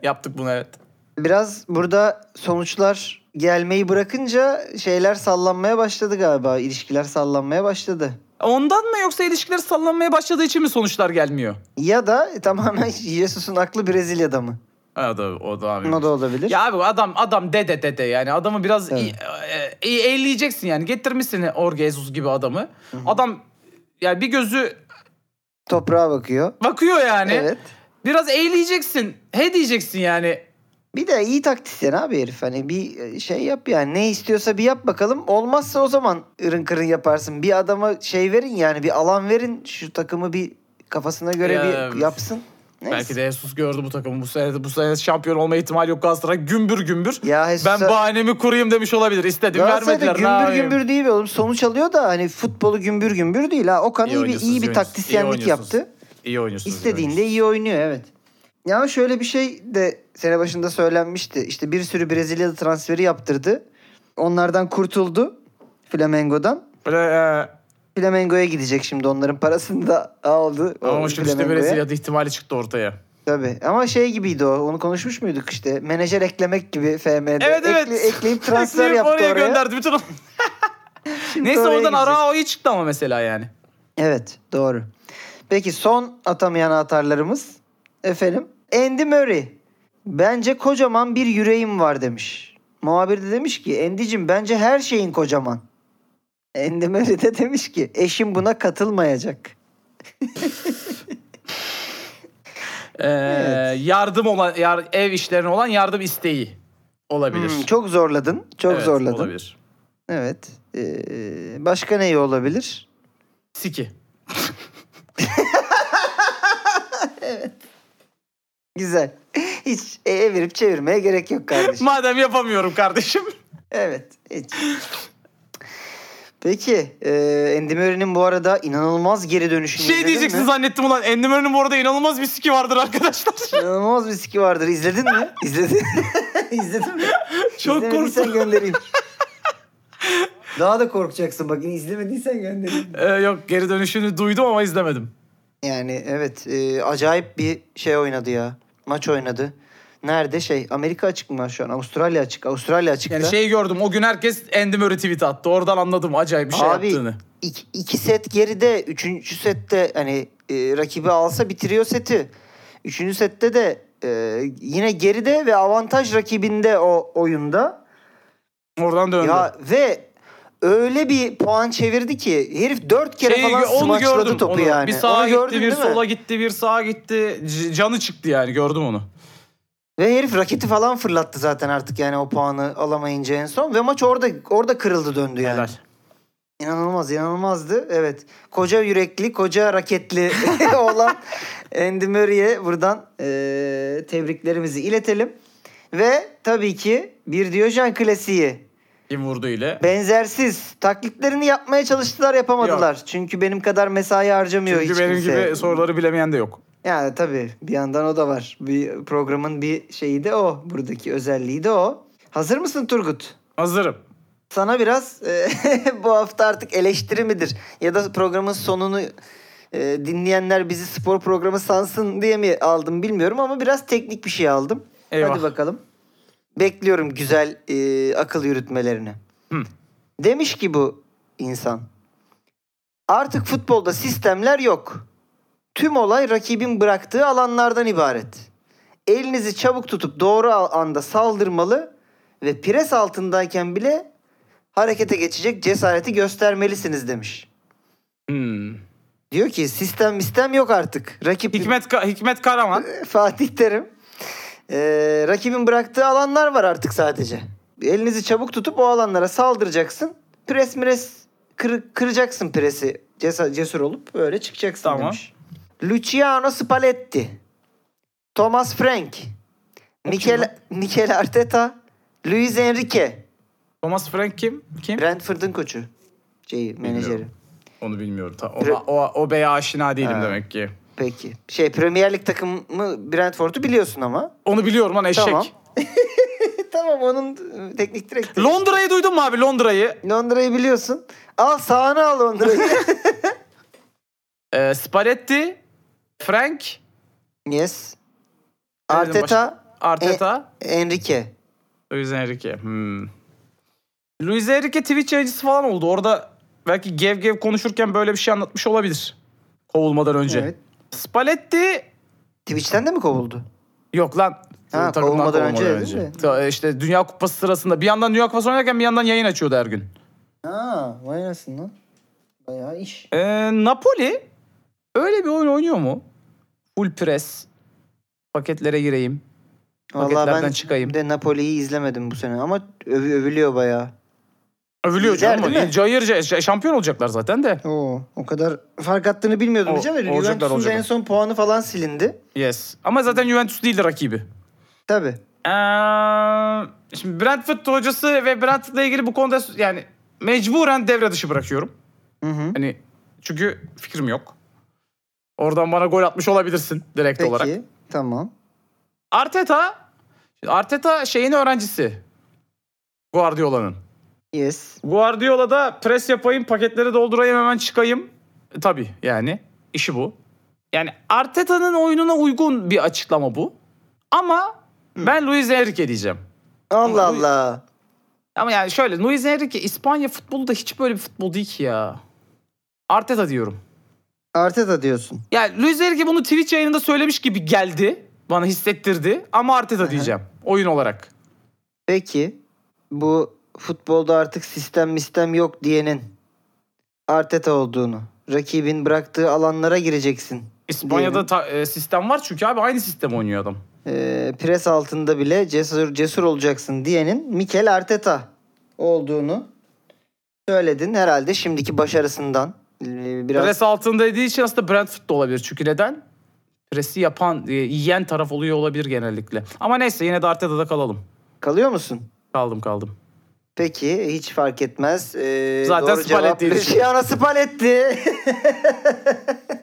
Speaker 3: Yaptık bunu evet.
Speaker 2: Biraz burada sonuçlar gelmeyi bırakınca şeyler sallanmaya başladı galiba. İlişkiler sallanmaya başladı.
Speaker 3: Ondan mı yoksa ilişkiler sallanmaya başladığı için mi sonuçlar gelmiyor?
Speaker 2: Ya da e, tamamen [laughs] Jesus'un aklı Brezilya'da mı?
Speaker 3: O da, o da abi.
Speaker 2: O da olabilir.
Speaker 3: Ya abi adam adam dede dede yani adamı biraz
Speaker 2: Evet.
Speaker 3: iyi, e, iyi eğleyeceksin yani getirmişsin Orge Jesus gibi adamı. Adam yani bir gözü
Speaker 2: Toprağa bakıyor.
Speaker 3: bakıyor yani.
Speaker 2: Evet.
Speaker 3: Biraz eğleyeceksin. He diyeceksin yani.
Speaker 2: Bir de iyi taktisyen abi herif. Hani bir şey yap yani. Ne istiyorsa bir yap bakalım. Olmazsa o zaman ırın kırın yaparsın. Bir adama şey verin yani. Bir alan verin. Şu takımı bir kafasına göre
Speaker 3: Ya,
Speaker 2: bir yapsın. Neyse.
Speaker 3: Belki de Jesus gördü bu takımı. Bu sene bu sene şampiyon olma ihtimali yok Galatasaray gümbür gümbür.
Speaker 2: Ya Jesus'a-
Speaker 3: Ben bahanemi kurayım demiş olabilir. İstedim
Speaker 2: Galatasaray'da
Speaker 3: vermediler. ne
Speaker 2: gümbür
Speaker 3: yapayım?
Speaker 2: gümbür değil be oğlum. Sonuç alıyor da hani futbolu gümbür gümbür değil ha. Okan iyi, bir,
Speaker 3: oynuyorsunuz,
Speaker 2: iyi bir
Speaker 3: oynuyorsunuz, iyi
Speaker 2: taktisyenlik
Speaker 3: oynuyorsunuz.
Speaker 2: yaptı.
Speaker 3: İyi oynuyorsunuz. iyi
Speaker 2: İstediğinde iyi oynuyor evet. Ya şöyle bir şey de sene başında söylenmişti. İşte bir sürü Brezilyalı transferi yaptırdı. Onlardan kurtuldu Flamengo'dan.
Speaker 3: oynuyorsunuz. Böyle, e,
Speaker 2: Flamengo'ya gidecek şimdi onların parasını da aldı. O
Speaker 3: e, Ama şimdi işte
Speaker 2: Flamengo'ya.
Speaker 3: Brezilya'da ihtimali çıktı ortaya.
Speaker 2: Tabii. Ama şey gibiydi o. Onu konuşmuş muyduk işte. Menajer eklemek gibi FM'de.
Speaker 3: Evet evet.
Speaker 2: Ekle-
Speaker 3: [laughs]
Speaker 2: ekleyip transfer
Speaker 3: Ekleyip
Speaker 2: yaptı [laughs] oraya.
Speaker 3: oraya. gönderdi bütün.
Speaker 2: Şimdi
Speaker 3: Neyse
Speaker 2: oraya
Speaker 3: oradan
Speaker 2: gidecek.
Speaker 3: Arao'yu çıktı ama mesela yani.
Speaker 2: Evet doğru. Peki son atamayan atarlarımız efendim Andy Murray. Bence kocaman bir yüreğim var demiş. Muhabir de demiş ki Andy'cim bence her şeyin kocaman. Andy Murray de demiş ki eşim buna katılmayacak.
Speaker 3: Ee, Yardım olan, yar- ev işlerine olan yardım isteği olabilir.
Speaker 2: Hmm, çok zorladın. Çok
Speaker 3: Evet,
Speaker 2: zorladın.
Speaker 3: Olabilir.
Speaker 2: Evet. Ee, başka neyi olabilir?
Speaker 3: Siki.
Speaker 2: Güzel. [laughs] Hiç e, evirip çevirmeye gerek yok kardeşim.
Speaker 3: Madem yapamıyorum kardeşim.
Speaker 2: Evet. Hiç. Peki. E, Andy Murray'nin bu arada inanılmaz geri dönüşünü
Speaker 3: şey
Speaker 2: izledin
Speaker 3: diyeceksin
Speaker 2: mi?
Speaker 3: zannettim ulan. Andy Murray'nin bu arada inanılmaz bir siki vardır arkadaşlar.
Speaker 2: İnanılmaz bir siki vardır. İzledin mi? İzledin. [laughs] İzledin mi?
Speaker 3: Çok korktum.
Speaker 2: İzlemediysen göndereyim. Daha da korkacaksın bakın izlemediysen göndereyim.
Speaker 3: Ee, yok geri dönüşünü duydum ama izlemedim.
Speaker 2: Yani evet e, acayip bir şey oynadı ya. Maç oynadı. Nerede şey Amerika açık mı var şu an? Avustralya açık. Avustralya açıkta.
Speaker 3: Yani şey şeyi gördüm. O gün herkes Andy Murray tweet attı. Oradan anladım acayip bir şey
Speaker 2: Abi
Speaker 3: yaptığını.
Speaker 2: iki, iki set geride. Üçüncü sette hani e, rakibi alsa bitiriyor seti. Üçüncü sette de e, yine geride ve avantaj rakibinde o oyunda.
Speaker 3: Oradan döndü.
Speaker 2: Ya ve öyle bir puan çevirdi ki herif dört kere
Speaker 3: Şeyi
Speaker 2: falan
Speaker 3: gö- Şey, onu
Speaker 2: smaçladı
Speaker 3: gördüm.
Speaker 2: topu
Speaker 3: onu.
Speaker 2: yani.
Speaker 3: Bir sağa
Speaker 2: onu gördün
Speaker 3: gitti, bir
Speaker 2: değil mi?
Speaker 3: sola gitti, bir sağa gitti. C- canı çıktı yani gördüm onu.
Speaker 2: Ve herif raketi falan fırlattı zaten artık yani o puanı alamayınca en son ve maç orada orada kırıldı döndü yani.
Speaker 3: Helal.
Speaker 2: İnanılmaz, inanılmazdı. Evet. Koca yürekli, koca raketli [laughs] olan Andy Murray'e buradan eee, tebriklerimizi iletelim. Ve tabii ki bir Diyojen klasiği
Speaker 3: Kim vurdu ile?
Speaker 2: Benzersiz. Taklitlerini yapmaya çalıştılar yapamadılar. Çünkü benim kadar mesai harcamıyor
Speaker 3: Çünkü
Speaker 2: hiç
Speaker 3: benim
Speaker 2: kimse.
Speaker 3: gibi soruları bilemeyen de yok.
Speaker 2: Yani tabii bir yandan o da var. Bir programın bir şeyi de o. Buradaki özelliği de o. Hazır mısın Turgut?
Speaker 3: Hazırım.
Speaker 2: Sana biraz e, [laughs] bu hafta artık eleştiri midir? Ya da programın sonunu e, dinleyenler bizi spor programı sansın diye mi aldım bilmiyorum ama biraz teknik bir şey aldım.
Speaker 3: Eyvah.
Speaker 2: Hadi bakalım. Bekliyorum güzel e, akıl yürütmelerini.
Speaker 3: Hı.
Speaker 2: Demiş ki bu insan. Artık futbolda sistemler yok. Tüm olay rakibin bıraktığı alanlardan ibaret. Elinizi çabuk tutup doğru anda saldırmalı ve pres altındayken bile harekete geçecek cesareti göstermelisiniz demiş.
Speaker 3: Hmm.
Speaker 2: Diyor [laughs] ki sistem sistem yok artık. Rakip
Speaker 3: Hikmet Ka- Hikmet Karaman.
Speaker 2: Fatih Terim Ee, rakibin bıraktığı alanlar var artık sadece. Elinizi çabuk tutup o alanlara saldıracaksın. Pres mires kırı- kıracaksın presi. Cesa- cesur olup böyle çıkacaksın
Speaker 3: Tamam.
Speaker 2: demiş. Luciano Spalletti. Thomas Frank. Mikel, Mikel Arteta. Luis Enrique.
Speaker 3: Thomas Frank kim? Kim?
Speaker 2: Brentford'un koçu. Şey, menajeri.
Speaker 3: Onu bilmiyorum. Ta- o,
Speaker 2: Pre-
Speaker 3: o, o beye aşina değilim
Speaker 2: Ha.
Speaker 3: demek ki.
Speaker 2: Peki. Şey Premier Lig takımı Brentford'u biliyorsun ama.
Speaker 3: Onu biliyorum lan eşek.
Speaker 2: Tamam. tamam onun e, teknik direktörü.
Speaker 3: Londra'yı duydun mu abi Londra'yı?
Speaker 2: Londra'yı biliyorsun. Al sağını al
Speaker 3: [laughs]
Speaker 2: Londra'yı.
Speaker 3: Ee, Spalletti, Frank,
Speaker 2: yes.
Speaker 3: Nereden
Speaker 2: Arteta,
Speaker 3: Arteta,
Speaker 2: Enrique. E-
Speaker 3: Luis Enrique. Hmm. Luis Enrique Twitch yayıncısı falan oldu. Orada belki gev gev konuşurken böyle bir şey anlatmış olabilir. Kovulmadan önce.
Speaker 2: Evet.
Speaker 3: Spalletti
Speaker 2: Twitch'ten de mi kovuldu?
Speaker 3: Yok lan.
Speaker 2: Ha,
Speaker 3: Takımdan
Speaker 2: kovulmadan
Speaker 3: kovulmadan
Speaker 2: önce
Speaker 3: önce.
Speaker 2: değil mi?
Speaker 3: Ta- işte Dünya Kupası sırasında bir yandan Dünya Kupası oynarken bir yandan yayın açıyordu her gün.
Speaker 2: Ha, vay anasını lan. Bayağı iş.
Speaker 3: Ee, Napoli öyle bir oyun oynuyor mu? Full press. Paketlere gireyim.
Speaker 2: Vallahi
Speaker 3: Paketlerden
Speaker 2: ben
Speaker 3: çıkayım.
Speaker 2: de Napoli'yi izlemedim bu sene ama öv- övülüyor bayağı.
Speaker 3: Övülüyor
Speaker 2: Lider
Speaker 3: canım.
Speaker 2: değil mi?
Speaker 3: Cayır cayır. Ş- Şampiyon olacaklar zaten de.
Speaker 2: Oo, o kadar fark attığını bilmiyordum
Speaker 3: O-
Speaker 2: diyeceğim. de
Speaker 3: olacaklar,
Speaker 2: Juventus'un da
Speaker 3: olacaklar.
Speaker 2: en son puanı falan silindi.
Speaker 3: Yes. Ama zaten Juventus değildi rakibi.
Speaker 2: Tabii.
Speaker 3: Ee, şimdi Brentford hocası ve Brentford'la ilgili bu konuda s- yani mecburen devre dışı bırakıyorum.
Speaker 2: Hı hı.
Speaker 3: Hani çünkü fikrim yok. Oradan bana gol atmış olabilirsin direkt
Speaker 2: Peki.
Speaker 3: olarak.
Speaker 2: Tamam.
Speaker 3: Arteta şimdi Arteta şeyin öğrencisi. Guardiola'nın.
Speaker 2: Yes.
Speaker 3: Guardiola da pres yapayım, paketleri doldurayım hemen çıkayım. E, tabii yani işi bu. Yani Arteta'nın oyununa uygun bir açıklama bu. Ama ben Luis Enrique diyeceğim.
Speaker 2: Allah
Speaker 3: Ama bu-
Speaker 2: Allah.
Speaker 3: Ama yani şöyle Luis Enrique İspanya futbolu da hiç böyle bir futbol değil ki ya. Arteta diyorum.
Speaker 2: Arteta diyorsun.
Speaker 3: Yani Luis Enrique bunu Twitch yayınında söylemiş gibi geldi. Bana hissettirdi ama Arteta diyeceğim oyun olarak.
Speaker 2: Peki bu futbolda artık sistem sistem yok diyenin Arteta olduğunu, rakibin bıraktığı alanlara gireceksin.
Speaker 3: İspanya'da
Speaker 2: diyenin,
Speaker 3: ta- e, sistem var çünkü abi aynı sistem oynuyor adam.
Speaker 2: e, pres altında bile cesur cesur olacaksın diyenin Mikel Arteta olduğunu söyledin herhalde şimdiki başarısından e, biraz
Speaker 3: Pres altında dediği için aslında Brentford da olabilir. Çünkü neden? Presi yapan, e, yiyen taraf oluyor olabilir genellikle. Ama neyse yine de Arteta'da kalalım.
Speaker 2: kalıyor musun?
Speaker 3: Kaldım kaldım.
Speaker 2: Peki hiç fark etmez. Ee,
Speaker 3: Zaten şey.
Speaker 2: doğru cevap [laughs]
Speaker 3: Spalletti'ydi.
Speaker 2: Luciano Spalletti.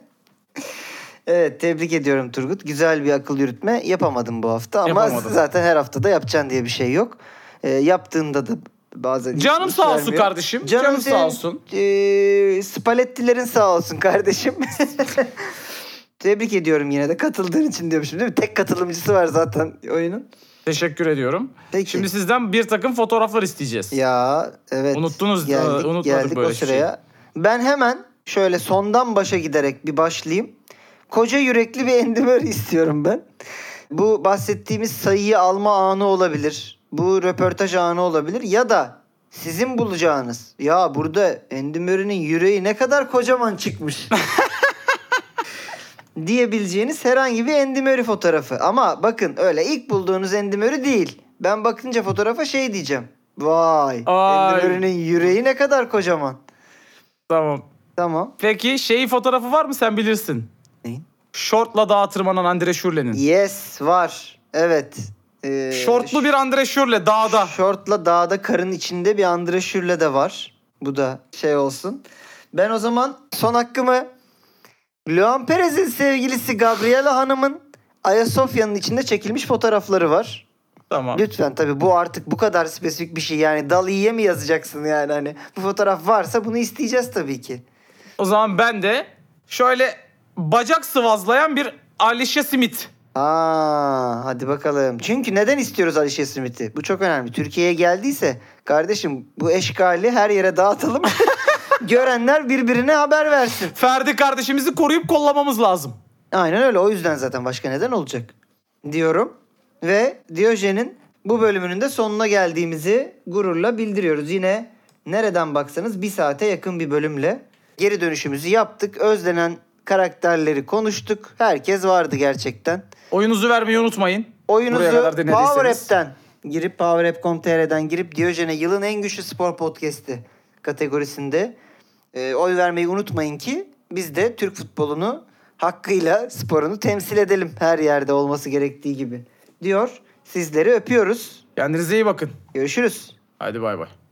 Speaker 2: [laughs] evet tebrik ediyorum Turgut. Güzel bir akıl yürütme yapamadın bu hafta ama
Speaker 3: Yapamadım.
Speaker 2: zaten her hafta da yapacaksın diye bir şey yok. Ee, yaptığında da bazen hiç
Speaker 3: Canım
Speaker 2: sonuç
Speaker 3: sağ olsun
Speaker 2: vermiyor.
Speaker 3: kardeşim. Canım sağ olsun.
Speaker 2: E, Spallettilerin sağ olsun kardeşim. [laughs] Tebrik ediyorum yine de katıldığın için diyormuşum değil mi? Tek katılımcısı var zaten oyunun.
Speaker 3: Teşekkür ediyorum.
Speaker 2: Peki.
Speaker 3: Şimdi sizden bir takım fotoğraflar isteyeceğiz.
Speaker 2: Ya evet.
Speaker 3: Unuttunuz da, unutmadık
Speaker 2: geldik
Speaker 3: böyle şey.
Speaker 2: o sıraya. Ben hemen şöyle sondan başa giderek bir başlayayım. Koca yürekli bir endümer istiyorum ben. Bu bahsettiğimiz sayıyı alma anı olabilir. Bu röportaj anı olabilir. Ya da sizin bulacağınız. Ya burada endümörünün yüreği ne kadar kocaman çıkmış. diyebileceğiniz herhangi bir endimörü fotoğrafı. Ama bakın öyle ilk bulduğunuz endimörü değil. Ben bakınca fotoğrafa şey diyeceğim. Vay.
Speaker 3: Ay.
Speaker 2: Endimörünün yüreği ne kadar kocaman.
Speaker 3: Tamam.
Speaker 2: Tamam.
Speaker 3: Peki şeyi fotoğrafı var mı sen bilirsin.
Speaker 2: Neyin?
Speaker 3: Şortla dağa tırmanan Andre Şurle'nin.
Speaker 2: Yes var. Evet. Ee,
Speaker 3: Şortlu bir Andre Şurle dağda.
Speaker 2: Şortla dağda karın içinde bir Andre Şürle de var. Bu da şey olsun. Ben o zaman son hakkımı Luan Perez'in sevgilisi Gabriela Hanım'ın Ayasofya'nın içinde çekilmiş fotoğrafları var.
Speaker 3: Tamam.
Speaker 2: Lütfen tabii bu artık bu kadar spesifik bir şey yani dal iyiye mi yazacaksın yani hani bu fotoğraf varsa bunu isteyeceğiz tabii ki.
Speaker 3: O zaman ben de şöyle bacak sıvazlayan bir Alicia Smith.
Speaker 2: Aa hadi bakalım. Çünkü neden istiyoruz Alişe Smith'i? Bu çok önemli. Türkiye'ye geldiyse kardeşim bu eşkali her yere dağıtalım. [laughs] Görenler birbirine haber versin.
Speaker 3: Ferdi kardeşimizi koruyup kollamamız lazım.
Speaker 2: Aynen öyle. O yüzden zaten başka neden olacak diyorum. Ve Diyojen'in bu bölümünün de sonuna geldiğimizi gururla bildiriyoruz. Yine nereden baksanız bir saate yakın bir bölümle geri dönüşümüzü yaptık. Özlenen karakterleri konuştuk. Herkes vardı gerçekten.
Speaker 3: Oyunuzu vermeyi unutmayın. Buraya
Speaker 2: Oyununuzu
Speaker 3: kadar dinlediyseniz.
Speaker 2: Power App'ten girip powerapp.com.tr'den girip Diyojen'e yılın en güçlü spor podcast'i kategorisinde e, oy vermeyi unutmayın ki biz de Türk futbolunu hakkıyla sporunu temsil edelim her yerde olması gerektiği gibi diyor. Sizleri öpüyoruz.
Speaker 3: Kendinize iyi bakın.
Speaker 2: Görüşürüz.
Speaker 3: Hadi bay bay.